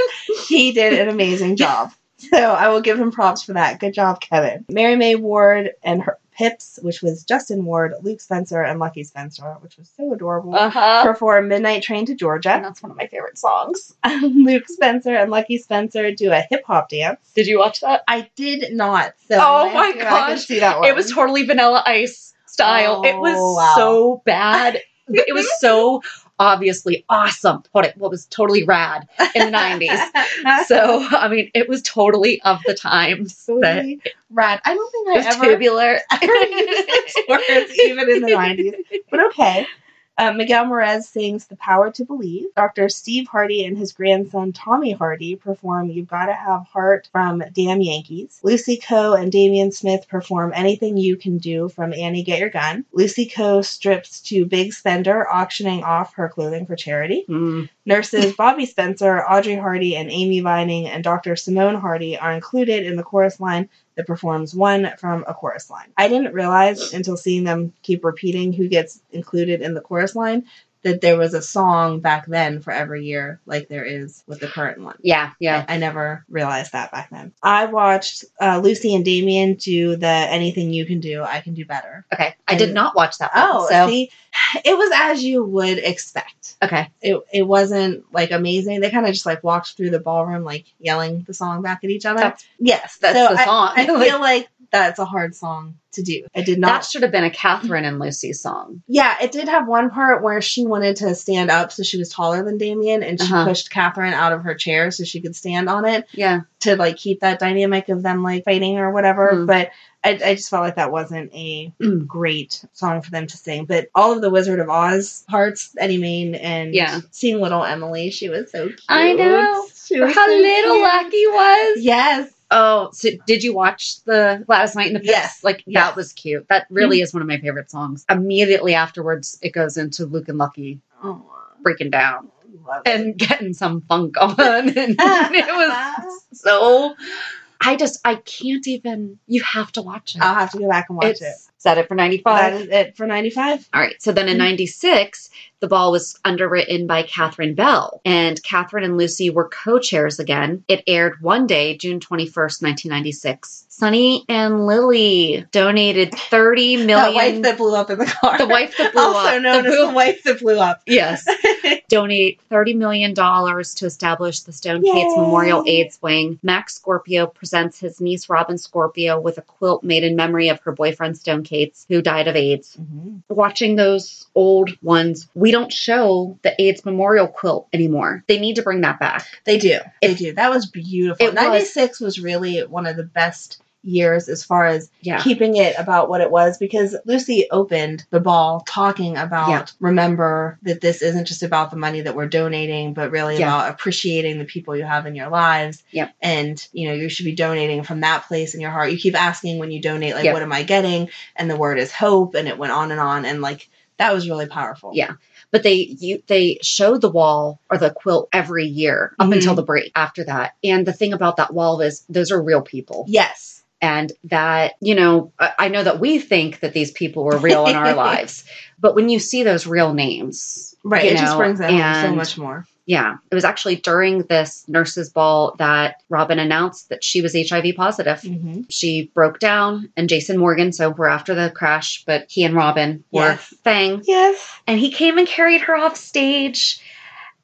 [SPEAKER 1] he did an amazing job. So I will give him props for that. Good job, Kevin. Mary May Ward and her Pips, which was Justin Ward, Luke Spencer, and Lucky Spencer, which was so adorable.
[SPEAKER 2] Uh-huh.
[SPEAKER 1] Perform Midnight Train to Georgia.
[SPEAKER 2] And that's one of my favorite songs.
[SPEAKER 1] Luke Spencer and Lucky Spencer do a hip hop dance.
[SPEAKER 2] Did you watch that?
[SPEAKER 1] I did not. So
[SPEAKER 2] Oh
[SPEAKER 1] when I
[SPEAKER 2] my
[SPEAKER 1] do, I can
[SPEAKER 2] gosh.
[SPEAKER 1] see that one.
[SPEAKER 2] It was totally Vanilla Ice style. it was
[SPEAKER 1] Oh, wow.
[SPEAKER 2] so bad. it was so obviously awesome. What it what was totally rad in the 90s. So, I mean, it was totally of the times. But
[SPEAKER 1] totally rad. I don't think
[SPEAKER 2] it
[SPEAKER 1] I
[SPEAKER 2] was
[SPEAKER 1] ever
[SPEAKER 2] tubular.
[SPEAKER 1] ever used those words even in the 90s. But okay. Um, Miguel Morez sings The Power to Believe. Dr. Steve Hardy and his grandson Tommy Hardy perform You've Gotta Have Heart from Damn Yankees. Lucy Coe and Damian Smith perform Anything You Can Do from Annie Get Your Gun. Lucy Coe strips to Big Spender, auctioning off her clothing for charity.
[SPEAKER 2] Mm.
[SPEAKER 1] Nurses Bobby Spencer, Audrey Hardy, and Amy Vining, and Dr. Simone Hardy are included in the chorus line that performs one from a chorus line. I didn't realize until seeing them keep repeating who gets included in the chorus line that there was a song back then for every year, like there is with the current one.
[SPEAKER 2] Yeah, yeah.
[SPEAKER 1] I never realized that back then. I watched uh, Lucy and Damien do the Anything You Can Do, I Can Do Better.
[SPEAKER 2] Okay. I did
[SPEAKER 1] And-
[SPEAKER 2] not watch that one.
[SPEAKER 1] Oh,
[SPEAKER 2] so
[SPEAKER 1] see, it was as you would expect
[SPEAKER 2] okay.
[SPEAKER 1] it it wasn't like amazing. They kind of just like walked through the ballroom like yelling the song back at each other.
[SPEAKER 2] That's-
[SPEAKER 1] yes,
[SPEAKER 2] that's
[SPEAKER 1] so
[SPEAKER 2] the
[SPEAKER 1] I-
[SPEAKER 2] song.
[SPEAKER 1] I,
[SPEAKER 2] Like-
[SPEAKER 1] feel like that's a hard song to do. I did not.
[SPEAKER 2] that should have been a Catherine and Lucy song.
[SPEAKER 1] yeah, it did have one part where she wanted to stand up, so she was taller than Damien, and she
[SPEAKER 2] Uh-huh.
[SPEAKER 1] pushed Catherine out of her chair so she could stand on it
[SPEAKER 2] Yeah.
[SPEAKER 1] to like keep that dynamic of them like fighting or whatever.
[SPEAKER 2] Mhm.
[SPEAKER 1] But I, I just felt like that wasn't a
[SPEAKER 2] Mm.
[SPEAKER 1] great song for them to sing. But all of the Wizard of Oz parts, Eddie Main and
[SPEAKER 2] Yeah.
[SPEAKER 1] seeing little Emily, she was so cute.
[SPEAKER 2] I know.
[SPEAKER 1] She
[SPEAKER 2] How
[SPEAKER 1] was so
[SPEAKER 2] little
[SPEAKER 1] cute.
[SPEAKER 2] Lackey was.
[SPEAKER 1] Yes.
[SPEAKER 2] Oh, so did you watch the last night in the pits?
[SPEAKER 1] Yes.
[SPEAKER 2] Like
[SPEAKER 1] Yes.
[SPEAKER 2] that was cute. That really is one of my favorite songs. Immediately afterwards, it goes into Luke and Lucky
[SPEAKER 1] Oh,
[SPEAKER 2] breaking down
[SPEAKER 1] love it.
[SPEAKER 2] and getting some funk on, and it was so. I just I can't even. You have to watch it.
[SPEAKER 1] I'll have to go back and watch
[SPEAKER 2] it's
[SPEAKER 1] it.
[SPEAKER 2] set it for ninety
[SPEAKER 1] That
[SPEAKER 2] five.
[SPEAKER 1] is it for 95.
[SPEAKER 2] All right. So then
[SPEAKER 1] Mm-hmm.
[SPEAKER 2] in 96, the ball was underwritten by Catherine Bell, and Catherine and Lucy were co chairs again. It aired one day, June 21st, 1996. Sonny and Lily donated $30
[SPEAKER 1] The
[SPEAKER 2] million.
[SPEAKER 1] wife that blew up in the car.
[SPEAKER 2] the wife that blew
[SPEAKER 1] also
[SPEAKER 2] up.
[SPEAKER 1] known
[SPEAKER 2] the
[SPEAKER 1] as
[SPEAKER 2] boo-
[SPEAKER 1] the wife that blew up.
[SPEAKER 2] Yes. Donate $30 million to establish the Stone Cates
[SPEAKER 1] Yay.
[SPEAKER 2] Memorial AIDS Wing. Max Scorpio presents his niece, Robin Scorpio, with a quilt made in memory of her boyfriend, Stone Cates, who died of AIDS watching those old ones, we don't show the AIDS memorial quilt anymore. They need to bring that back.
[SPEAKER 1] They do. They
[SPEAKER 2] It-
[SPEAKER 1] do. That was beautiful.
[SPEAKER 2] It was.
[SPEAKER 1] 96 was. really one of the best years as far as
[SPEAKER 2] Yeah.
[SPEAKER 1] keeping it about what it was because Lucy opened the ball talking about
[SPEAKER 2] Yeah.
[SPEAKER 1] remember that this isn't just about the money that we're donating, but really
[SPEAKER 2] Yeah.
[SPEAKER 1] about appreciating the people you have in your lives.
[SPEAKER 2] Yep.
[SPEAKER 1] And you know, you should be donating from that place in your heart. You keep asking when you donate, like,
[SPEAKER 2] Yep.
[SPEAKER 1] what am I getting? And the word is hope. And it went on and on. And like, that was really powerful.
[SPEAKER 2] Yeah. but they you they show the wall or the quilt every year up
[SPEAKER 1] Mhm.
[SPEAKER 2] until the break after that and the thing about that wall is those are real people
[SPEAKER 1] Yes.
[SPEAKER 2] and that you know I, I know that we think that these people were real in our lives but when you see those real names
[SPEAKER 1] Right.
[SPEAKER 2] you
[SPEAKER 1] It just
[SPEAKER 2] know,
[SPEAKER 1] brings that home so
[SPEAKER 2] and-
[SPEAKER 1] much more.
[SPEAKER 2] yeah it was actually during this nurses ball that robin announced that she was hiv positive
[SPEAKER 1] Mm-hmm.
[SPEAKER 2] she broke down and jason morgan so we're after the crash but he and robin were
[SPEAKER 1] Yes.
[SPEAKER 2] thing
[SPEAKER 1] Yes.
[SPEAKER 2] and he came and carried her off stage.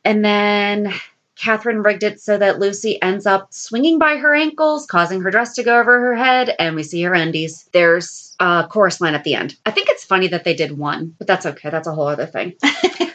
[SPEAKER 2] And then Catherine rigged it so that Lucy ends up swinging by her ankles, causing her dress to go over her head, and we see her undies. There's a chorus line at the end. I think it's funny that they did one, but that's okay. That's a whole other thing.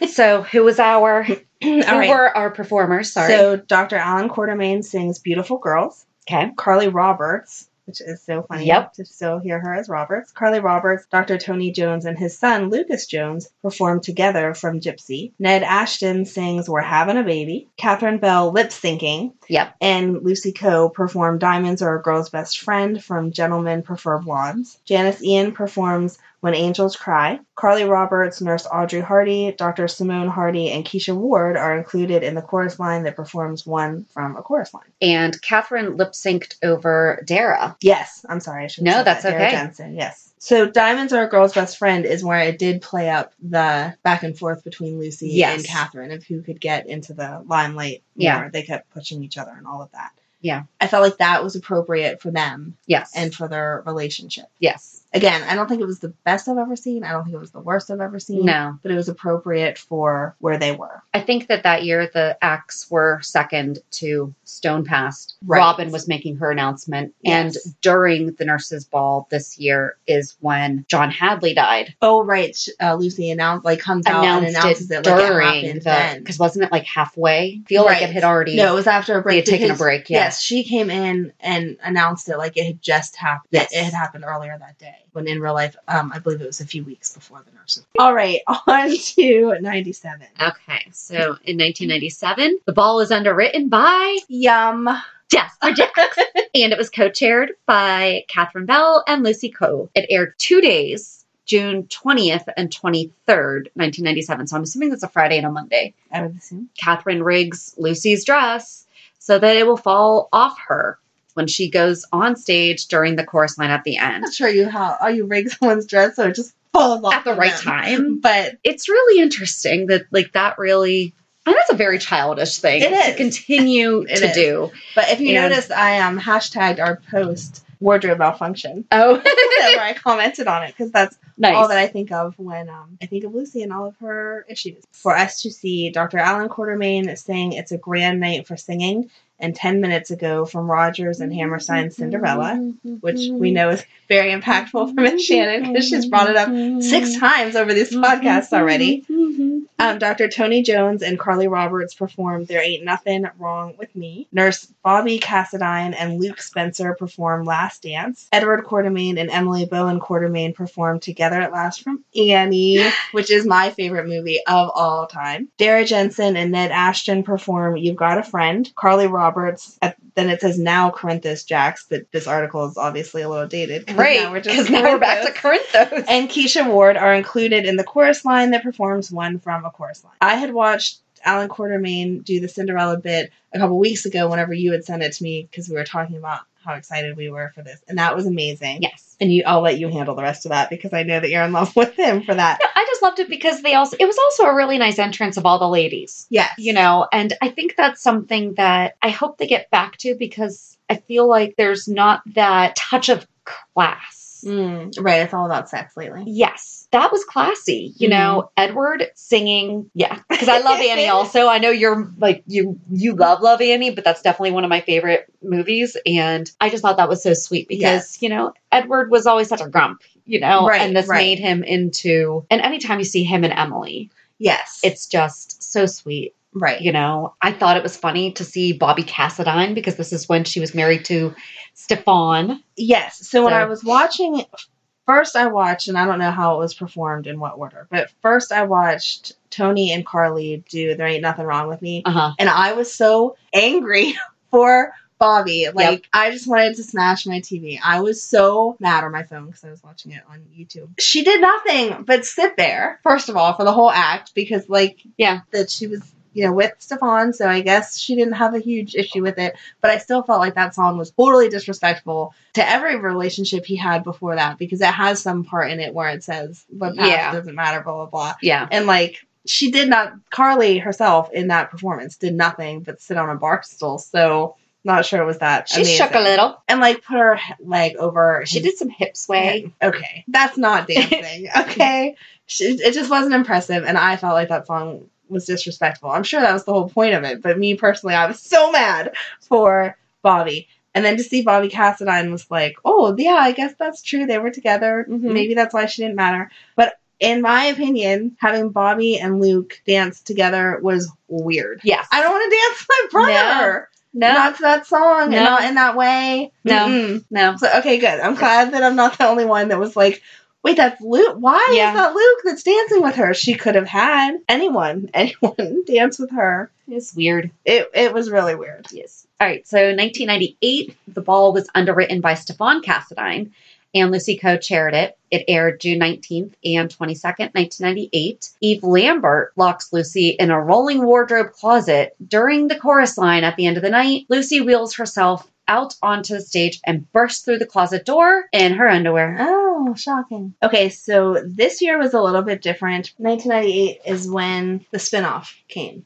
[SPEAKER 2] so, who was our who
[SPEAKER 1] All right.
[SPEAKER 2] were our performers? Sorry.
[SPEAKER 1] So Dr. Alan Quartermain sings Beautiful Girls.
[SPEAKER 2] okay.
[SPEAKER 1] Carly Roberts, which is so funny
[SPEAKER 2] Yep.
[SPEAKER 1] to still hear her as Roberts. Carly Roberts, Dr. Tony Jones, and his son Lucas Jones perform together from Gypsy. Ned Ashton sings We're Having a Baby. Catherine Bell lip syncing.
[SPEAKER 2] Yep.
[SPEAKER 1] And Lucy Coe performed Diamonds Are a Girl's Best Friend from Gentlemen Prefer Blondes. Janice Ian performs When Angels Cry. Carly Roberts, Nurse Audrey Hardy, Dr. Simone Hardy, and Keisha Ward are included in the chorus line that performs one from a chorus line.
[SPEAKER 2] And Catherine lip synced over Dara.
[SPEAKER 1] Yes, I'm sorry. I should
[SPEAKER 2] No,
[SPEAKER 1] have said
[SPEAKER 2] that's
[SPEAKER 1] that. Derek
[SPEAKER 2] okay.
[SPEAKER 1] Jensen, yes. So Diamonds Are a Girl's Best Friend is where it did play up the back and forth between Lucy
[SPEAKER 2] Yes.
[SPEAKER 1] and Catherine of who could get into the limelight.
[SPEAKER 2] Yeah.
[SPEAKER 1] more. They kept pushing each other and all of that.
[SPEAKER 2] Yeah.
[SPEAKER 1] I felt like that was appropriate for them
[SPEAKER 2] Yes.
[SPEAKER 1] and for their relationship.
[SPEAKER 2] yes.
[SPEAKER 1] Again, I don't think it was the best I've ever seen. I don't think it was the worst I've ever seen.
[SPEAKER 2] No.
[SPEAKER 1] But it was appropriate for where they were.
[SPEAKER 2] I think that that year the acts were second to Stone Past.
[SPEAKER 1] Right.
[SPEAKER 2] Robin was making her announcement.
[SPEAKER 1] Yes.
[SPEAKER 2] And during the nurses' ball this year is when John Hadley died.
[SPEAKER 1] Oh, right. sh- Uh, Lucy announced, like, comes out Oh, and announces it, like, it happened then.
[SPEAKER 2] because wasn't it like halfway? I feel like
[SPEAKER 1] Right.
[SPEAKER 2] it had already.
[SPEAKER 1] No, it was after a break.
[SPEAKER 2] They had taken a
[SPEAKER 1] because-
[SPEAKER 2] break, yeah.
[SPEAKER 1] Yes, she came in and announced it like it had just happened.
[SPEAKER 2] Yes.
[SPEAKER 1] It had happened earlier that day. When in real life, um, I believe it was a few weeks before the nurses. All right, on to ninety-seven.
[SPEAKER 2] Okay, so in 1997, the ball is underwritten by
[SPEAKER 1] Yum.
[SPEAKER 2] Jasper Dix, and it was co-chaired by Catherine Bell and Lucy Coe. It aired two days, June 20th and 23rd, 1997. So I'm assuming that's a Friday and a Monday.
[SPEAKER 1] I would assume.
[SPEAKER 2] Catherine rigs Lucy's dress so that it will fall off her when she goes on stage during the chorus line at the
[SPEAKER 1] I'm
[SPEAKER 2] end
[SPEAKER 1] not sure you how oh you rig someone's dress so it just falls off
[SPEAKER 2] at the
[SPEAKER 1] of
[SPEAKER 2] right
[SPEAKER 1] them.
[SPEAKER 2] time.
[SPEAKER 1] But
[SPEAKER 2] It's really interesting that like that really and that's a very childish thing
[SPEAKER 1] It
[SPEAKER 2] to
[SPEAKER 1] is.
[SPEAKER 2] continue
[SPEAKER 1] It
[SPEAKER 2] to
[SPEAKER 1] is.
[SPEAKER 2] do.
[SPEAKER 1] but if you
[SPEAKER 2] And-
[SPEAKER 1] noticed, I um hashtagged our post wardrobe malfunction.
[SPEAKER 2] Oh,
[SPEAKER 1] where I commented on it because that's
[SPEAKER 2] nice.
[SPEAKER 1] all that I think of when um, I think of Lucy and all of her issues. For us to see Dr. Alan Quartermain saying it's a grand night for singing, and 10 minutes ago from Rogers and Hammerstein's Cinderella, which we know is very impactful for Miss Shannon because she's brought it up six
[SPEAKER 2] Mm-hmm.
[SPEAKER 1] times over these podcasts already. Um, Dr. Tony Jones and Carly Roberts performed There Ain't Nothing Wrong With Me. Nurse Bobby Cassadine and Luke Spencer performed Last Dance. Edward Quartermain and Emily Bowen Quartermain performed Together at Last from Annie, which is my favorite movie of all time. Dara Jensen and Ned Ashton perform You've Got a Friend. Carly Roberts, at, then it says now Corinthos Jacks, but this article is obviously a little dated. 'cause
[SPEAKER 2] Great,
[SPEAKER 1] now we're just
[SPEAKER 2] because now we're back
[SPEAKER 1] Corinthos
[SPEAKER 2] to Corinthos.
[SPEAKER 1] and Keisha Ward are included in the chorus line that performs one from a chorus line. I had watched Alan Quartermain do the Cinderella bit a couple weeks ago whenever you had sent it to me because we were talking about how excited we were for this, and that was amazing.
[SPEAKER 2] yes.
[SPEAKER 1] And you, I'll let you handle the rest of that because I know that you're in love with him for that.
[SPEAKER 2] I just loved it because they also it was also a really nice entrance of all the ladies.
[SPEAKER 1] Yes,
[SPEAKER 2] you know and i think that's something that i hope they get back to because i feel like there's not that touch of class
[SPEAKER 1] Mm, right. It's all about sex lately.
[SPEAKER 2] yes that was classy you
[SPEAKER 1] Mm-hmm.
[SPEAKER 2] know edward singing yeah because i love annie also i know you're like you you love love annie but that's definitely one of my favorite movies and i just thought that was so sweet because
[SPEAKER 1] Yes.
[SPEAKER 2] you know edward was always such a grump you know
[SPEAKER 1] Right,
[SPEAKER 2] and this
[SPEAKER 1] right.
[SPEAKER 2] made him into and anytime you see him and emily
[SPEAKER 1] Yes,
[SPEAKER 2] it's just so sweet
[SPEAKER 1] Right.
[SPEAKER 2] You know, I thought it was funny to see Bobby Cassadine because this is when she was married to Stefan.
[SPEAKER 1] Yes. So, when
[SPEAKER 2] So-
[SPEAKER 1] I was watching, first I watched, and I don't know how it was performed in what order, but first I watched Tony and Carly do "There Ain't Nothing Wrong with Me,"
[SPEAKER 2] Uh huh.
[SPEAKER 1] and I was so angry for Bobby. Like I just wanted to smash my TV. I was so mad on my phone because I was watching it on YouTube. She did nothing but sit there. First of all, for the whole act, because like
[SPEAKER 2] Yeah.
[SPEAKER 1] that she was. You know, with Stefan, so I guess she didn't have a huge issue with it, but I still felt like that song was totally disrespectful to every relationship he had before that because it has some part in it where it says, what past
[SPEAKER 2] Yeah.
[SPEAKER 1] doesn't matter, blah, blah, blah.
[SPEAKER 2] Yeah.
[SPEAKER 1] And like she did not Carly herself in that performance did nothing but sit on a bar stool. So not sure it was that.
[SPEAKER 2] She
[SPEAKER 1] amazing.
[SPEAKER 2] shook a little.
[SPEAKER 1] and like put her he- leg over.
[SPEAKER 2] She
[SPEAKER 1] his
[SPEAKER 2] did some hip
[SPEAKER 1] head.
[SPEAKER 2] sway.
[SPEAKER 1] Okay, that's not dancing. okay, she, it just wasn't impressive, and I felt like that song was disrespectful. I'm sure that was the whole point of it, but me personally, I was so mad for Bobby. And then to see Bobby Cassadine was like, oh, yeah, I guess that's true. They were together.
[SPEAKER 2] Mhm.
[SPEAKER 1] Maybe that's why she didn't matter. But in my opinion, having Bobby and Luke dance together was weird.
[SPEAKER 2] Yes.
[SPEAKER 1] I don't want to dance with my brother.
[SPEAKER 2] no.
[SPEAKER 1] Not to that song
[SPEAKER 2] No.
[SPEAKER 1] and not in that way.
[SPEAKER 2] No.
[SPEAKER 1] Mm-mm.
[SPEAKER 2] no.
[SPEAKER 1] So okay, good. I'm glad that I'm not the only one that was like, wait, that's Luke. Why
[SPEAKER 2] Yeah.
[SPEAKER 1] is that Luke that's dancing with her? She could have had anyone, anyone dance with her.
[SPEAKER 2] It's weird.
[SPEAKER 1] It it was really weird.
[SPEAKER 2] Yes. All right. So 1998, the ball was underwritten by Stefan Cassadine, and Lucy co chaired it. It aired June 19th and 22nd, 1998. Eve Lambert locks Lucy in a rolling wardrobe closet. During the chorus line at the end of the night, Lucy wheels herself out onto the stage and bursts through the closet door in her underwear.
[SPEAKER 1] Oh, shocking. Okay, so this year was a little bit different. 1998 is when the spinoff came.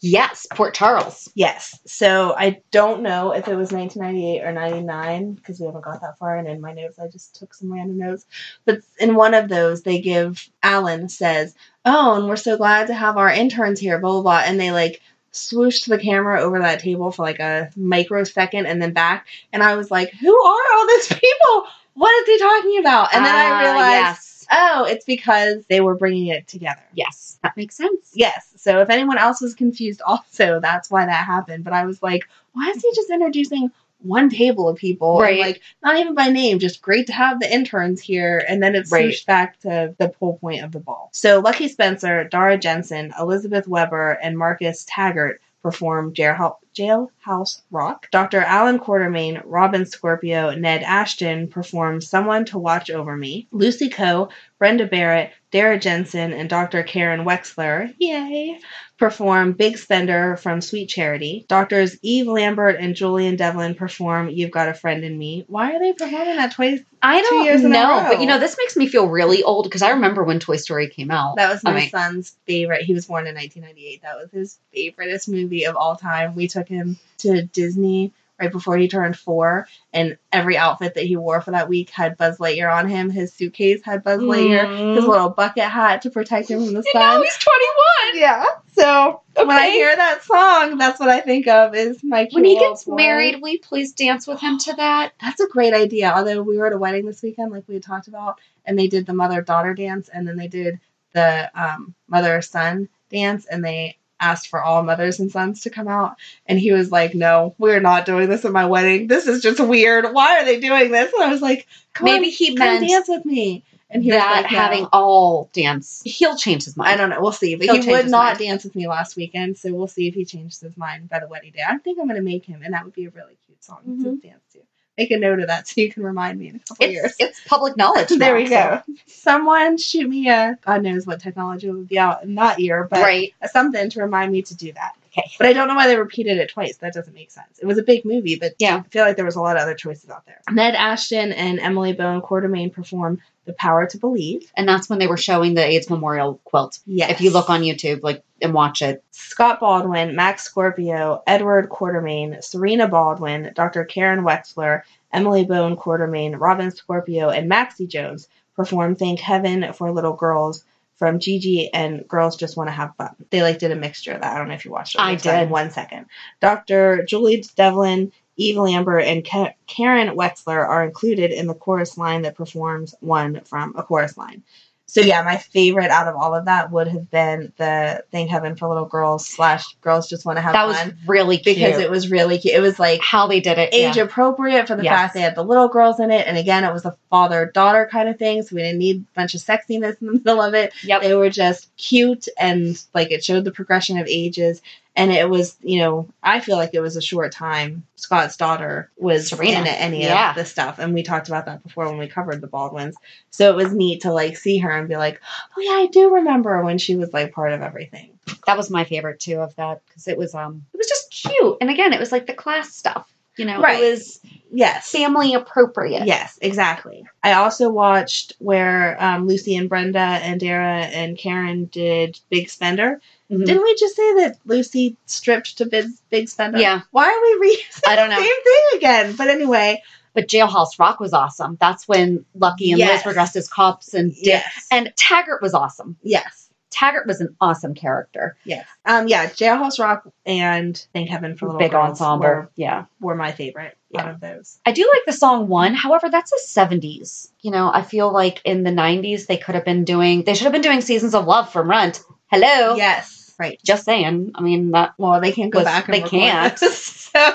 [SPEAKER 2] Yes, Port Charles.
[SPEAKER 1] Yes. So I don't know if it was 1998 or 99 because we haven't got that far. And in my notes, I just took some random notes. But in one of those, they give Alan says, "Oh, and we're so glad to have our interns here." Blah blah. blah. And they like swooshed the camera over that table for like a microsecond and then back. And I was like, "Who are all these people? What is he talking about?" And then
[SPEAKER 2] Ah,
[SPEAKER 1] I realized,
[SPEAKER 2] Yes.
[SPEAKER 1] "Oh, it's because they were bringing it together."
[SPEAKER 2] Yes. That makes sense.
[SPEAKER 1] Yes. So if anyone else was confused, also that's why that happened. But I was like, why is he just introducing one table of people? And,
[SPEAKER 2] Right.
[SPEAKER 1] like not even by name, just great to have the interns here. And then it's
[SPEAKER 2] Right.
[SPEAKER 1] pushed back to the whole point of the ball. So Lucky Spencer, Dara Jensen, Elizabeth Weber, and Marcus Taggart perform Jailhouse, Jailhouse Rock. Dr. Alan Quartermain, Robin Scorpio, Ned Ashton perform Someone to Watch Over Me. Lucy Coe, Brenda Barrett, Dara Jensen, and Dr. Karen Wexler, yay, perform Big Spender from Sweet Charity. Doctors Eve Lambert and Julian Devlin perform You've Got a Friend in Me. Why are they performing that twice?
[SPEAKER 2] I
[SPEAKER 1] Two
[SPEAKER 2] don't
[SPEAKER 1] years in a
[SPEAKER 2] know,
[SPEAKER 1] row.
[SPEAKER 2] but you know, this makes me feel really old because I remember when Toy Story came out.
[SPEAKER 1] That was my
[SPEAKER 2] I mean,
[SPEAKER 1] son's favorite. He was born in 1998. That was his favoriteest movie of all time. We took him to Disney right before he turned four, and every outfit that he wore for that week had Buzz Lightyear on him. His suitcase had Buzz Lightyear.
[SPEAKER 2] Mm.
[SPEAKER 1] His little bucket hat to protect him from the sun.
[SPEAKER 2] now he's 21.
[SPEAKER 1] Yeah. So when I
[SPEAKER 2] Okay.
[SPEAKER 1] hear that song, that's what I think of is my cute
[SPEAKER 2] When he
[SPEAKER 1] little
[SPEAKER 2] gets
[SPEAKER 1] boy.
[SPEAKER 2] married, will you please dance with him to that?
[SPEAKER 1] That's a great idea. Although we were at a wedding this weekend, like we had talked about, and they did the mother daughter dance, and then they did the um, mother son dance, and they asked for all mothers and sons to come out. And he was like, "No, we're not doing this at my wedding. This is just weird. Why are they doing this?" And I was like, come
[SPEAKER 2] Maybe
[SPEAKER 1] on,
[SPEAKER 2] he
[SPEAKER 1] come
[SPEAKER 2] meant
[SPEAKER 1] dance with me." And he was
[SPEAKER 2] that
[SPEAKER 1] like, "No."
[SPEAKER 2] having all dance, he'll change his mind.
[SPEAKER 1] I don't know. We'll see. But
[SPEAKER 2] He'll
[SPEAKER 1] he
[SPEAKER 2] change
[SPEAKER 1] would
[SPEAKER 2] his
[SPEAKER 1] not
[SPEAKER 2] mind.
[SPEAKER 1] dance with me last weekend, so we'll see if he changes his mind by the wedding day. I think I'm going to make him, and that would be a really cute song to dance to. Make a note of that so you can remind me in a couple years.
[SPEAKER 2] Mm-hmm. It's, it's public knowledge.
[SPEAKER 1] there
[SPEAKER 2] now,
[SPEAKER 1] we go. Someone shoot me a God knows what technology would be out in that year,
[SPEAKER 2] so-
[SPEAKER 1] but
[SPEAKER 2] right.
[SPEAKER 1] something to remind me to do that.
[SPEAKER 2] Okay.
[SPEAKER 1] But I don't know why they repeated it twice. That doesn't make sense. It was a big movie, but
[SPEAKER 2] Yeah.
[SPEAKER 1] I feel like there was a lot of other choices out there. Ned Ashton and Emily Bone Quartermain perform "The Power to Believe."
[SPEAKER 2] And that's when they were showing the AIDS memorial quilt.
[SPEAKER 1] Yes.
[SPEAKER 2] If you look on YouTube, like and watch it,
[SPEAKER 1] Scott Baldwin, Max Scorpio, Edward Quartermain, Serena Baldwin, Dr. Karen Wexler, Emily Bone Quartermain, Robin Scorpio, and Maxie Jones perform Thank Heaven for Little Girls from Gigi and Girls Just Want to Have Fun. They like did a mixture of that. I don't know if you watched it.
[SPEAKER 2] I
[SPEAKER 1] It's like
[SPEAKER 2] did.
[SPEAKER 1] One second. Dr. Julie Devlin, Eve Lambert, and Ka- Karen Wexler are included in the chorus line that performs one from a chorus line. So yeah, my favorite out of all of that would have been the Thank Heaven for Little Girls slash Girls Just Want to Have
[SPEAKER 2] that was
[SPEAKER 1] Fun
[SPEAKER 2] really cute
[SPEAKER 1] because it was really cute. It was like
[SPEAKER 2] how they did it.
[SPEAKER 1] age
[SPEAKER 2] yeah.
[SPEAKER 1] appropriate for the
[SPEAKER 2] Yes.
[SPEAKER 1] fact they had the little girls in it, and again, it was a father daughter kind of thing, so we didn't need a bunch of sexiness in the middle of it.
[SPEAKER 2] Yep.
[SPEAKER 1] They were just cute and like it showed the progression of ages. And it was, you know, I feel like it was a short time. Scott's daughter was
[SPEAKER 2] Serena.
[SPEAKER 1] in any
[SPEAKER 2] Yeah.
[SPEAKER 1] of the stuff. And we talked about that before when we covered the Baldwins. So it was neat to like see her and be like, oh, yeah, I do remember when she was like part of everything.
[SPEAKER 2] that was my favorite too of that because it was um it was just cute and again it was like the class stuff you know
[SPEAKER 1] Right.
[SPEAKER 2] it was
[SPEAKER 1] Yes.
[SPEAKER 2] family appropriate
[SPEAKER 1] Yes, exactly. I also watched where um, Lucy and Brenda and Dara and Karen did Big Spender.
[SPEAKER 2] Mhm.
[SPEAKER 1] Didn't we just say that Lucy stripped to Big, Big Spender?
[SPEAKER 2] Yeah.
[SPEAKER 1] Why are we reading
[SPEAKER 2] I don't
[SPEAKER 1] the
[SPEAKER 2] know
[SPEAKER 1] same thing again? But anyway,
[SPEAKER 2] but Jailhouse Rock was awesome that's when Lucky and
[SPEAKER 1] Yes.
[SPEAKER 2] Liz were dressed as cops and did-
[SPEAKER 1] yes.
[SPEAKER 2] and Taggart was awesome
[SPEAKER 1] yes.
[SPEAKER 2] Taggart was an awesome character
[SPEAKER 1] Yes. Um, yeah, Jailhouse Rock and Thank Heaven for Little
[SPEAKER 2] big
[SPEAKER 1] Girls
[SPEAKER 2] ensemble
[SPEAKER 1] Were,
[SPEAKER 2] yeah
[SPEAKER 1] were my favorite
[SPEAKER 2] Yeah.
[SPEAKER 1] out of those.
[SPEAKER 2] I do like the song one. However, that's a 70s. You know, I feel like in the 90s, they could have been doing, they should have been doing Seasons of Love from Rent. Hello.
[SPEAKER 1] Yes. Right.
[SPEAKER 2] Just saying. I mean, that
[SPEAKER 1] Well, they can't go
[SPEAKER 2] Was-
[SPEAKER 1] back. And
[SPEAKER 2] they
[SPEAKER 1] record
[SPEAKER 2] can't.
[SPEAKER 1] this, So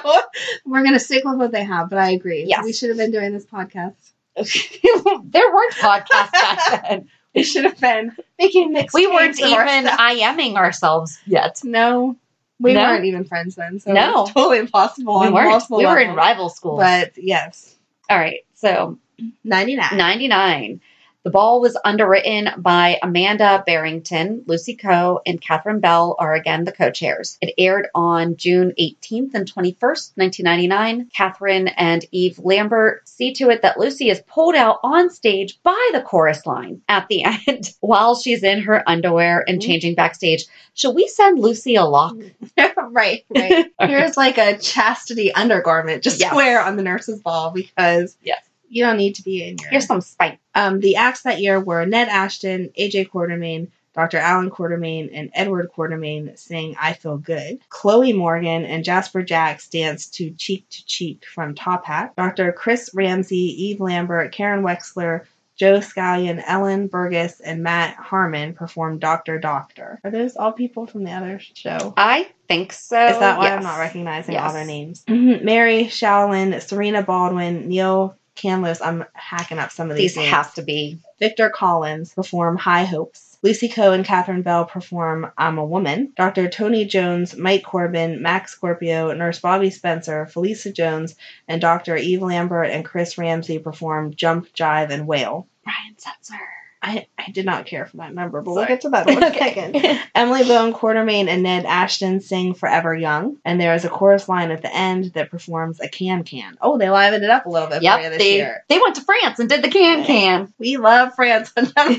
[SPEAKER 1] we're gonna stick with what they have. But I agree.
[SPEAKER 2] Yes.
[SPEAKER 1] We should have been doing this podcast.
[SPEAKER 2] there weren't podcasts back then.
[SPEAKER 1] We should have been making mixed.
[SPEAKER 2] We weren't
[SPEAKER 1] tapes of our
[SPEAKER 2] even
[SPEAKER 1] stuff.
[SPEAKER 2] IMing ourselves yet.
[SPEAKER 1] No, we
[SPEAKER 2] No.
[SPEAKER 1] weren't even friends then. So
[SPEAKER 2] No.
[SPEAKER 1] it's totally impossible.
[SPEAKER 2] We
[SPEAKER 1] on
[SPEAKER 2] weren't.
[SPEAKER 1] multiple
[SPEAKER 2] We were in
[SPEAKER 1] levels.
[SPEAKER 2] rival schools.
[SPEAKER 1] But yes,
[SPEAKER 2] All right. So
[SPEAKER 1] ninety nine.
[SPEAKER 2] 99. The Ball was underwritten by Amanda Barrington, Lucy Coe, and Catherine Bell are again the co-chairs. It aired on June 18th and 21st, 1999. Catherine and Eve Lambert see to it that Lucy is pulled out on stage by the chorus line at the end while she's in her underwear and
[SPEAKER 1] Mm-hmm.
[SPEAKER 2] changing backstage. Should we send Lucy a lock?
[SPEAKER 1] right, right. Here's like a chastity undergarment just
[SPEAKER 2] Yes.
[SPEAKER 1] to wear on the nurse's ball because
[SPEAKER 2] Yes.
[SPEAKER 1] you don't need to be in your
[SPEAKER 2] Here's some spite.
[SPEAKER 1] Um, the acts that year were Ned Ashton, AJ Quartermain, Dr. Alan Quartermain, and Edward Quartermain sing I Feel Good. Chloe Morgan and Jasper Jacks dance to Cheek to Cheek from Top Hat. Dr. Chris Ramsey, Eve Lambert, Karen Wexler, Joe Scallion, Ellen Burgess, and Matt Harmon performed Doctor Doctor. Are those all people from the other show?
[SPEAKER 2] I think so.
[SPEAKER 1] Is that why
[SPEAKER 2] Yes.
[SPEAKER 1] I'm not recognizing
[SPEAKER 2] Yes.
[SPEAKER 1] all their names? Mm-hmm. Mary Shaolin, Serena Baldwin, Neil Canlis. I'm hacking up some of these.
[SPEAKER 2] These
[SPEAKER 1] names.
[SPEAKER 2] have to be.
[SPEAKER 1] Victor Collins perform High Hopes. Lucy Coe and Catherine Bell perform I'm a Woman. Dr. Tony Jones, Mike Corbin, Max Scorpio, Nurse Bobby Spencer, Felisa Jones, and Dr. Eve Lambert and Chris Ramsey perform Jump, Jive, and Wail.
[SPEAKER 2] Brian Setzer.
[SPEAKER 1] I, I did not care for that number, but
[SPEAKER 2] Sorry.
[SPEAKER 1] we'll get to that in a second. Emily Bone Quartermain and Ned Ashton sing Forever Young, and there is a chorus line at the end that performs a can can. Oh, they livened it up a little bit for you
[SPEAKER 2] Yep,
[SPEAKER 1] this
[SPEAKER 2] they,
[SPEAKER 1] year.
[SPEAKER 2] they went to France and did the can can.
[SPEAKER 1] We love France and them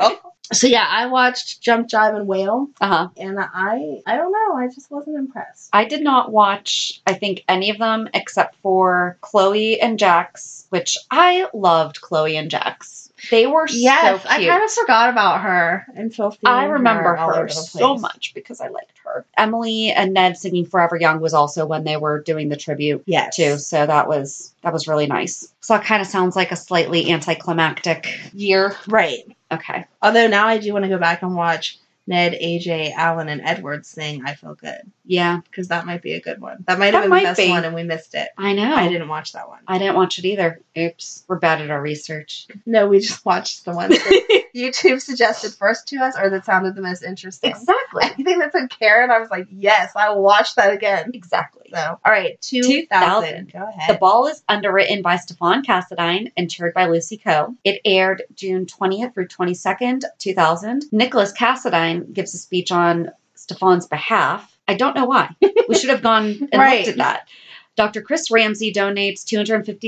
[SPEAKER 1] also. so yeah, I watched Jump, Jive, and Whale,
[SPEAKER 2] Uh huh.
[SPEAKER 1] and I I don't know, I just wasn't impressed.
[SPEAKER 2] I did not watch, I think, any of them except for Chloe and Jax, which I loved Chloe and Jax. They were
[SPEAKER 1] yes,
[SPEAKER 2] so
[SPEAKER 1] I
[SPEAKER 2] cute.
[SPEAKER 1] kind of forgot about her until seeing
[SPEAKER 2] I remember
[SPEAKER 1] all
[SPEAKER 2] her,
[SPEAKER 1] over the
[SPEAKER 2] so
[SPEAKER 1] place.
[SPEAKER 2] much because I liked her. Emily and Ned singing Forever Young was also when they were doing the tribute
[SPEAKER 1] Yes,
[SPEAKER 2] too, so that was that was really nice. So it kind of sounds like a slightly anticlimactic year.
[SPEAKER 1] right.
[SPEAKER 2] Okay.
[SPEAKER 1] Although now I do want to go back and watch Ned, AJ, Alan, and Edward sing "I Feel Good"
[SPEAKER 2] Yeah,
[SPEAKER 1] because that might be a good one. That might
[SPEAKER 2] That
[SPEAKER 1] have been
[SPEAKER 2] might
[SPEAKER 1] the best
[SPEAKER 2] be.
[SPEAKER 1] one, and we missed it.
[SPEAKER 2] I know.
[SPEAKER 1] I didn't watch that one.
[SPEAKER 2] I didn't watch it either. Oops, we're bad at our research.
[SPEAKER 1] No, we just watched the one that YouTube suggested first to us, or that sounded the most interesting.
[SPEAKER 2] Exactly.
[SPEAKER 1] anything that said Karen, I was like, yes, I will watch that again.
[SPEAKER 2] Exactly.
[SPEAKER 1] So, all right, 2000.
[SPEAKER 2] 2000.
[SPEAKER 1] Go
[SPEAKER 2] The
[SPEAKER 1] ahead.
[SPEAKER 2] Ball is underwritten by Stefan Cassadine and chaired by Lucy Coe. It aired June 20th through 22nd, 2000. Nicholas Cassadine gives a speech on Stefan's behalf. I don't know why. We should have gone and
[SPEAKER 1] Right.
[SPEAKER 2] looked at that. Dr. Chris Ramsey donates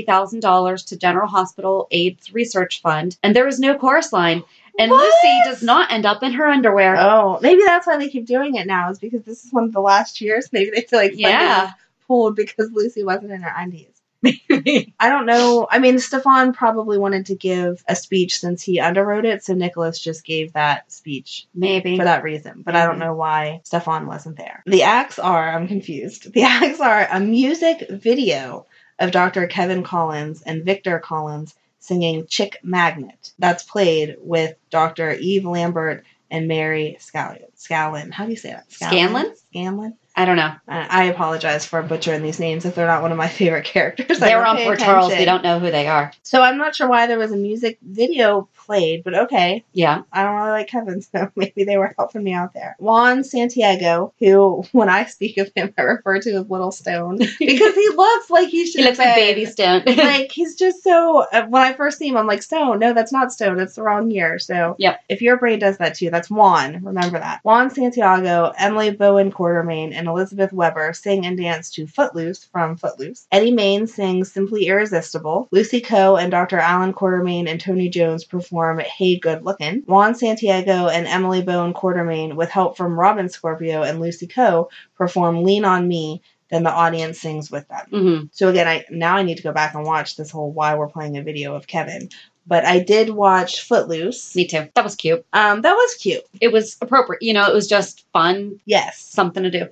[SPEAKER 2] $250,000 to General Hospital AIDS Research Fund, and there is no chorus line. And
[SPEAKER 1] What?
[SPEAKER 2] Lucy does not end up in her underwear.
[SPEAKER 1] Oh, maybe that's why they keep doing it now, is because this is one of the last years. Maybe they feel like funding
[SPEAKER 2] Yeah.
[SPEAKER 1] was pulled because Lucy wasn't in her undies. I don't know. I mean, Stefan probably wanted to give a speech since he underwrote it, so Nicholas just gave that speech
[SPEAKER 2] Maybe.
[SPEAKER 1] for that reason, but I
[SPEAKER 2] Mm-hmm.
[SPEAKER 1] don't know why Stefan wasn't there. The acts are, I'm confused. The acts are a music video of Dr. Kevin Collins and Victor Collins singing Chick Magnet. That's played with Dr. Eve Lambert and Mary Scallion. Scallon. How do you say that?
[SPEAKER 2] Scanlon?
[SPEAKER 1] Scanlon?
[SPEAKER 2] I don't know.
[SPEAKER 1] Uh, I apologize for butchering these names if they're not one of my favorite characters. I
[SPEAKER 2] They're
[SPEAKER 1] don't
[SPEAKER 2] on
[SPEAKER 1] pay
[SPEAKER 2] Port Charles. We
[SPEAKER 1] attention.
[SPEAKER 2] don't know who they are.
[SPEAKER 1] So I'm not sure why there was a music video played, but okay.
[SPEAKER 2] Yeah.
[SPEAKER 1] I don't really like Kevin, so maybe they were helping me out there. Juan Santiago, who when I speak of him, I refer to as Little Stone because he looks like he should.
[SPEAKER 2] He looks like
[SPEAKER 1] been.
[SPEAKER 2] Baby Stone.
[SPEAKER 1] like he's just so. Uh, when I first see him, I'm like Stone. No, that's not Stone. That's the wrong year. So
[SPEAKER 2] Yep.
[SPEAKER 1] if your brain does that too, that's Juan. Remember that. Juan Santiago, Emily Bowen Quartermain, and Elizabeth Weber sing and dance to Footloose from Footloose. Eddie Main sings Simply Irresistible. Lucy Coe and Dr. Alan Quartermain and Tony Jones perform Hey Good Lookin'. Juan Santiago and Emily Bowen Quartermain, with help from Robin Scorpio and Lucy Coe, perform Lean on Me. Then the audience sings with them.
[SPEAKER 2] hmm
[SPEAKER 1] So again, I now I need to go back and watch this whole why we're playing a video of Kevin. But I did watch Footloose.
[SPEAKER 2] Me too. That was cute.
[SPEAKER 1] Um, that was cute.
[SPEAKER 2] It was appropriate. You know, it was just fun,
[SPEAKER 1] Yes.
[SPEAKER 2] something to do.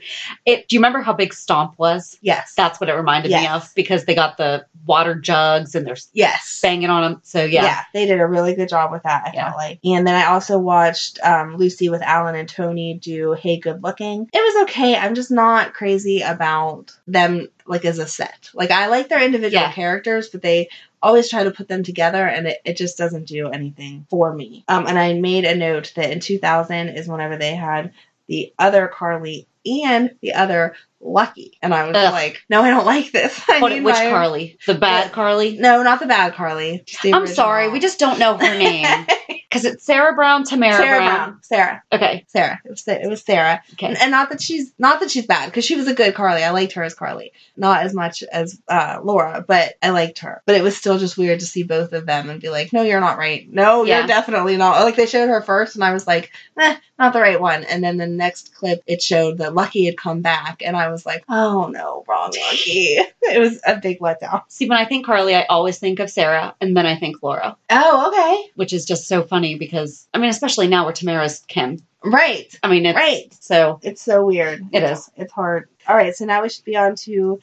[SPEAKER 2] It. Do you remember how big Stomp was?
[SPEAKER 1] Yes.
[SPEAKER 2] That's what it reminded me
[SPEAKER 1] Yes.
[SPEAKER 2] of because they got the water jugs and they're
[SPEAKER 1] Yes.
[SPEAKER 2] banging on them. So yeah.
[SPEAKER 1] they did a really good job with that. I
[SPEAKER 2] Yeah.
[SPEAKER 1] felt like, and then I also watched um, Lucy with Alan and Tony do "Hey, Good Looking." It was okay. I'm just not crazy about them like as a set. Like I like their individual
[SPEAKER 2] Yeah.
[SPEAKER 1] characters, but they always try to put them together, and it, it just doesn't do anything for me. Um, and I made a note that in 2000 is whenever they had the other Carly and the other Lucky, and I was
[SPEAKER 2] Ugh.
[SPEAKER 1] like, no, I don't like this. I
[SPEAKER 2] What,
[SPEAKER 1] need
[SPEAKER 2] which
[SPEAKER 1] my-
[SPEAKER 2] Carly? The bad
[SPEAKER 1] Yeah.
[SPEAKER 2] Carly?
[SPEAKER 1] No, not the bad Carly. just the
[SPEAKER 2] I'm sorry.
[SPEAKER 1] original.
[SPEAKER 2] We just don't know her name because it's Sarah Brown, Tamara
[SPEAKER 1] Sarah
[SPEAKER 2] Brown.
[SPEAKER 1] Brown. Sarah.
[SPEAKER 2] Okay.
[SPEAKER 1] Sarah. It was, Sa- it was Sarah.
[SPEAKER 2] Okay.
[SPEAKER 1] And, and not that she's not that she's bad because she was a good Carly. I liked her as Carly, not as much as uh, Laura, but I liked her. But it was still just weird to see both of them and be like, "No, you're not right. No,
[SPEAKER 2] Yeah.
[SPEAKER 1] you're definitely not." Like they showed her first, and I was like, eh, "Not the right one." And then the next clip, it showed that Lucky had come back, and I was like, "Oh no, wrong Lucky." it was a big letdown.
[SPEAKER 2] See, when I think Carly, I always think of Sarah and then I think Laura,
[SPEAKER 1] Oh,
[SPEAKER 2] which is just so funny because, I mean, especially now where Tamara's Kim.
[SPEAKER 1] okay, right,
[SPEAKER 2] I mean, it's,
[SPEAKER 1] right.
[SPEAKER 2] so
[SPEAKER 1] It's so weird.
[SPEAKER 2] It is.
[SPEAKER 1] It's hard. All right, so now we should be on to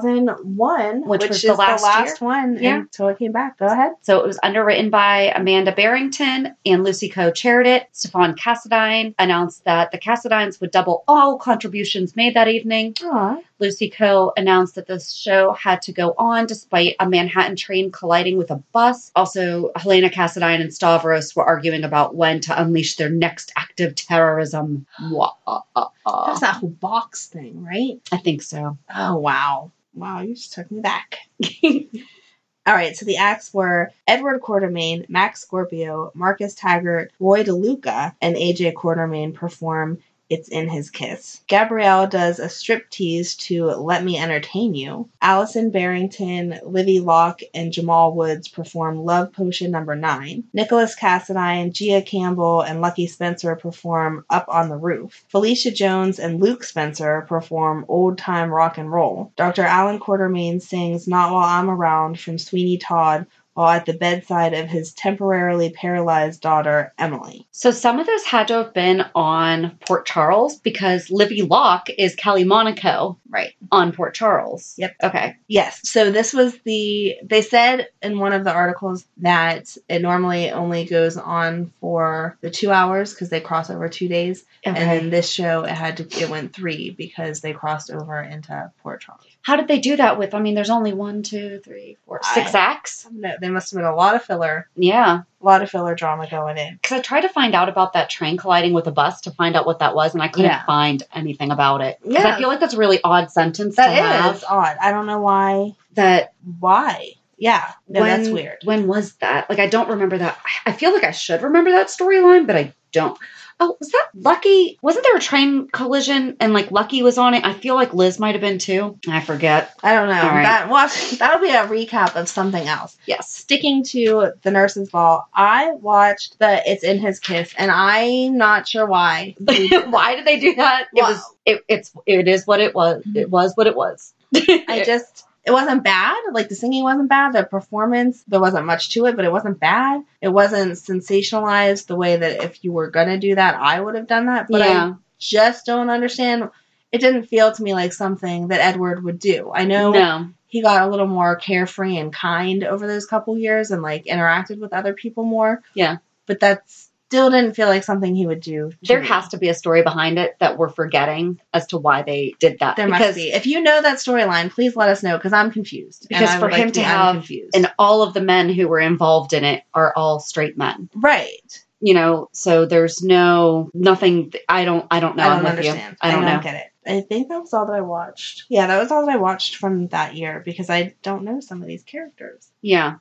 [SPEAKER 1] 2001,
[SPEAKER 2] Which
[SPEAKER 1] which,
[SPEAKER 2] was
[SPEAKER 1] is
[SPEAKER 2] the
[SPEAKER 1] the
[SPEAKER 2] last
[SPEAKER 1] last,
[SPEAKER 2] year?
[SPEAKER 1] one
[SPEAKER 2] Yeah.
[SPEAKER 1] until it came back. Go ahead.
[SPEAKER 2] so it was underwritten by Amanda Barrington and Lucy Coe chaired it. Stefan Cassadine announced that the Cassadines would double all contributions made that evening.
[SPEAKER 1] Aw.
[SPEAKER 2] Lucy Coe announced that the show had to go on despite a Manhattan train colliding with a bus. Also, Helena Cassadine and Stavros were arguing about when to unleash their next act of terrorism. Mwah, ah, ah, ah.
[SPEAKER 1] That's that whole box thing, right?
[SPEAKER 2] I think so.
[SPEAKER 1] Oh, wow. Wow, you just took me back. All right, so the acts were Edward Quartermain, Max Scorpio, Marcus Taggart, Roy DeLuca, and AJ Quartermain perform It's in His Kiss. Gabrielle does a strip tease to Let Me Entertain You. Allison Barrington, Livy Locke, and Jamal Woods perform Love Potion Number 9. Nicholas Cassadine, Gia Campbell, and Lucky Spencer perform Up on the Roof. Felicia Jones and Luke Spencer perform Old Time Rock and Roll. Dr. Alan Quartermain sings Not While I'm Around from Sweeney Todd while at the bedside of his temporarily paralyzed daughter, Emily.
[SPEAKER 2] So some of those had to have been on Port Charles because Livy Locke is Kelly Monaco
[SPEAKER 1] Right.
[SPEAKER 2] on Port Charles.
[SPEAKER 1] Yep.
[SPEAKER 2] Okay.
[SPEAKER 1] Yes. So this was the they said in one of the articles that it normally only goes on for the two hours because they cross over two days,
[SPEAKER 2] Okay.
[SPEAKER 1] and then this show it had to it went three because they crossed over into Port Charles.
[SPEAKER 2] How did they do that with? I mean, there's only one, two, three, four, six
[SPEAKER 1] I-
[SPEAKER 2] acts.
[SPEAKER 1] No, they must have been a lot of filler,
[SPEAKER 2] Yeah.
[SPEAKER 1] a lot of filler drama going in.
[SPEAKER 2] because I tried to find out about that train colliding with a bus to find out what that was, and I couldn't
[SPEAKER 1] Yeah.
[SPEAKER 2] find anything about it. Because I
[SPEAKER 1] Yeah.
[SPEAKER 2] feel like that's a really odd sentence to
[SPEAKER 1] That
[SPEAKER 2] have.
[SPEAKER 1] is odd. I don't know why.
[SPEAKER 2] That
[SPEAKER 1] Why? Yeah. No,
[SPEAKER 2] when,
[SPEAKER 1] that's weird.
[SPEAKER 2] When was that? Like, I don't remember that. I I feel like I should remember that storyline, but I don't. Oh, was that Lucky? Wasn't there a train collision and like Lucky was on it? I feel like Liz might have been too. I forget.
[SPEAKER 1] I don't know.
[SPEAKER 2] All right.
[SPEAKER 1] That well, that'll be a recap of something else.
[SPEAKER 2] Yes.
[SPEAKER 1] sticking to the nurse's ball, I watched the It's in His Kiss, and I'm not sure why.
[SPEAKER 2] Why did they do that? It
[SPEAKER 1] Well-
[SPEAKER 2] was. It, it's. It is what it was. It was what it was.
[SPEAKER 1] I just it wasn't bad. Like the singing wasn't bad. The performance there wasn't much to it, but it wasn't bad. It wasn't sensationalized the way that if you were gonna do that, I would have done that. But
[SPEAKER 2] Yeah.
[SPEAKER 1] I just don't understand. It didn't feel to me like something that Edward would do. I know
[SPEAKER 2] no.
[SPEAKER 1] he got a little more carefree and kind over those couple years and like interacted with other people more.
[SPEAKER 2] Yeah.
[SPEAKER 1] But that still didn't feel like something he would do. to
[SPEAKER 2] There
[SPEAKER 1] me.
[SPEAKER 2] has to be a story behind it that we're forgetting as to why they did that.
[SPEAKER 1] There
[SPEAKER 2] because
[SPEAKER 1] must be. If you know that storyline, please let us know because I'm confused.
[SPEAKER 2] Because
[SPEAKER 1] I
[SPEAKER 2] for
[SPEAKER 1] would
[SPEAKER 2] him to
[SPEAKER 1] be
[SPEAKER 2] have
[SPEAKER 1] unconfused.
[SPEAKER 2] and all of the men who were involved in it are all straight men.
[SPEAKER 1] right,
[SPEAKER 2] You know, so there's no nothing. I don't. I don't know.
[SPEAKER 1] I
[SPEAKER 2] am
[SPEAKER 1] don't
[SPEAKER 2] with
[SPEAKER 1] understand.
[SPEAKER 2] you. I don't, know.
[SPEAKER 1] get it. I think that was all that I watched. Yeah, that was all that I watched from that year because I don't know some of these characters.
[SPEAKER 2] Yeah,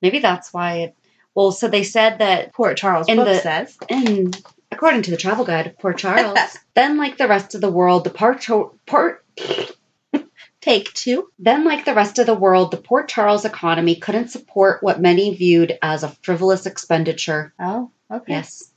[SPEAKER 2] maybe that's why it. Well, so they said that
[SPEAKER 1] Poor Charles
[SPEAKER 2] And
[SPEAKER 1] Book
[SPEAKER 2] the-
[SPEAKER 1] says
[SPEAKER 2] And according to the travel guide, poor Charles, then like the rest of the world, the poor, Cho- poor
[SPEAKER 1] take two.
[SPEAKER 2] then like the rest of the world, the poor Charles economy couldn't support what many viewed as a frivolous expenditure.
[SPEAKER 1] Oh, okay.
[SPEAKER 2] Yes.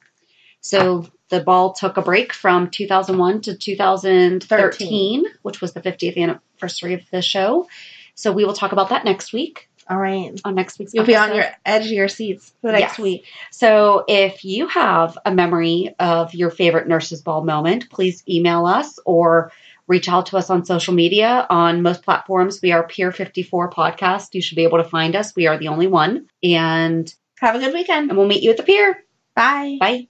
[SPEAKER 2] So the ball took a break from 2001 to 2013, which was the 50th anniversary of the show. So we will talk about that next week
[SPEAKER 1] All right.
[SPEAKER 2] on next week's
[SPEAKER 1] You'll be on
[SPEAKER 2] episode.
[SPEAKER 1] your edge of your seats for next
[SPEAKER 2] Yes.
[SPEAKER 1] week.
[SPEAKER 2] So if you have a memory of your favorite Nurses Ball moment, please email us or reach out to us on social media. On most platforms, we are Peer 54 Podcast. You should be able to find us. We are the only one. And,
[SPEAKER 1] Have a good weekend.
[SPEAKER 2] and we'll meet you at the pier.
[SPEAKER 1] Bye.
[SPEAKER 2] Bye.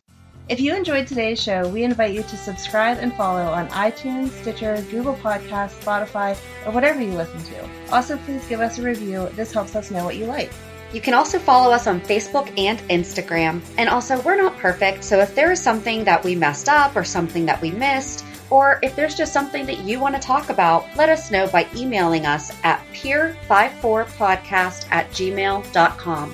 [SPEAKER 1] If you enjoyed today's show, we invite you to subscribe and follow on iTunes, Stitcher, Google Podcasts, Spotify, or whatever you listen to. Also, please give us a review. This helps us know what you like.
[SPEAKER 2] You can also follow us on Facebook and Instagram. And also, we're not perfect, so if there is something that we messed up or something that we missed, or if there's just something that you want to talk about, let us know by emailing us at peer54podcast at gmail.com.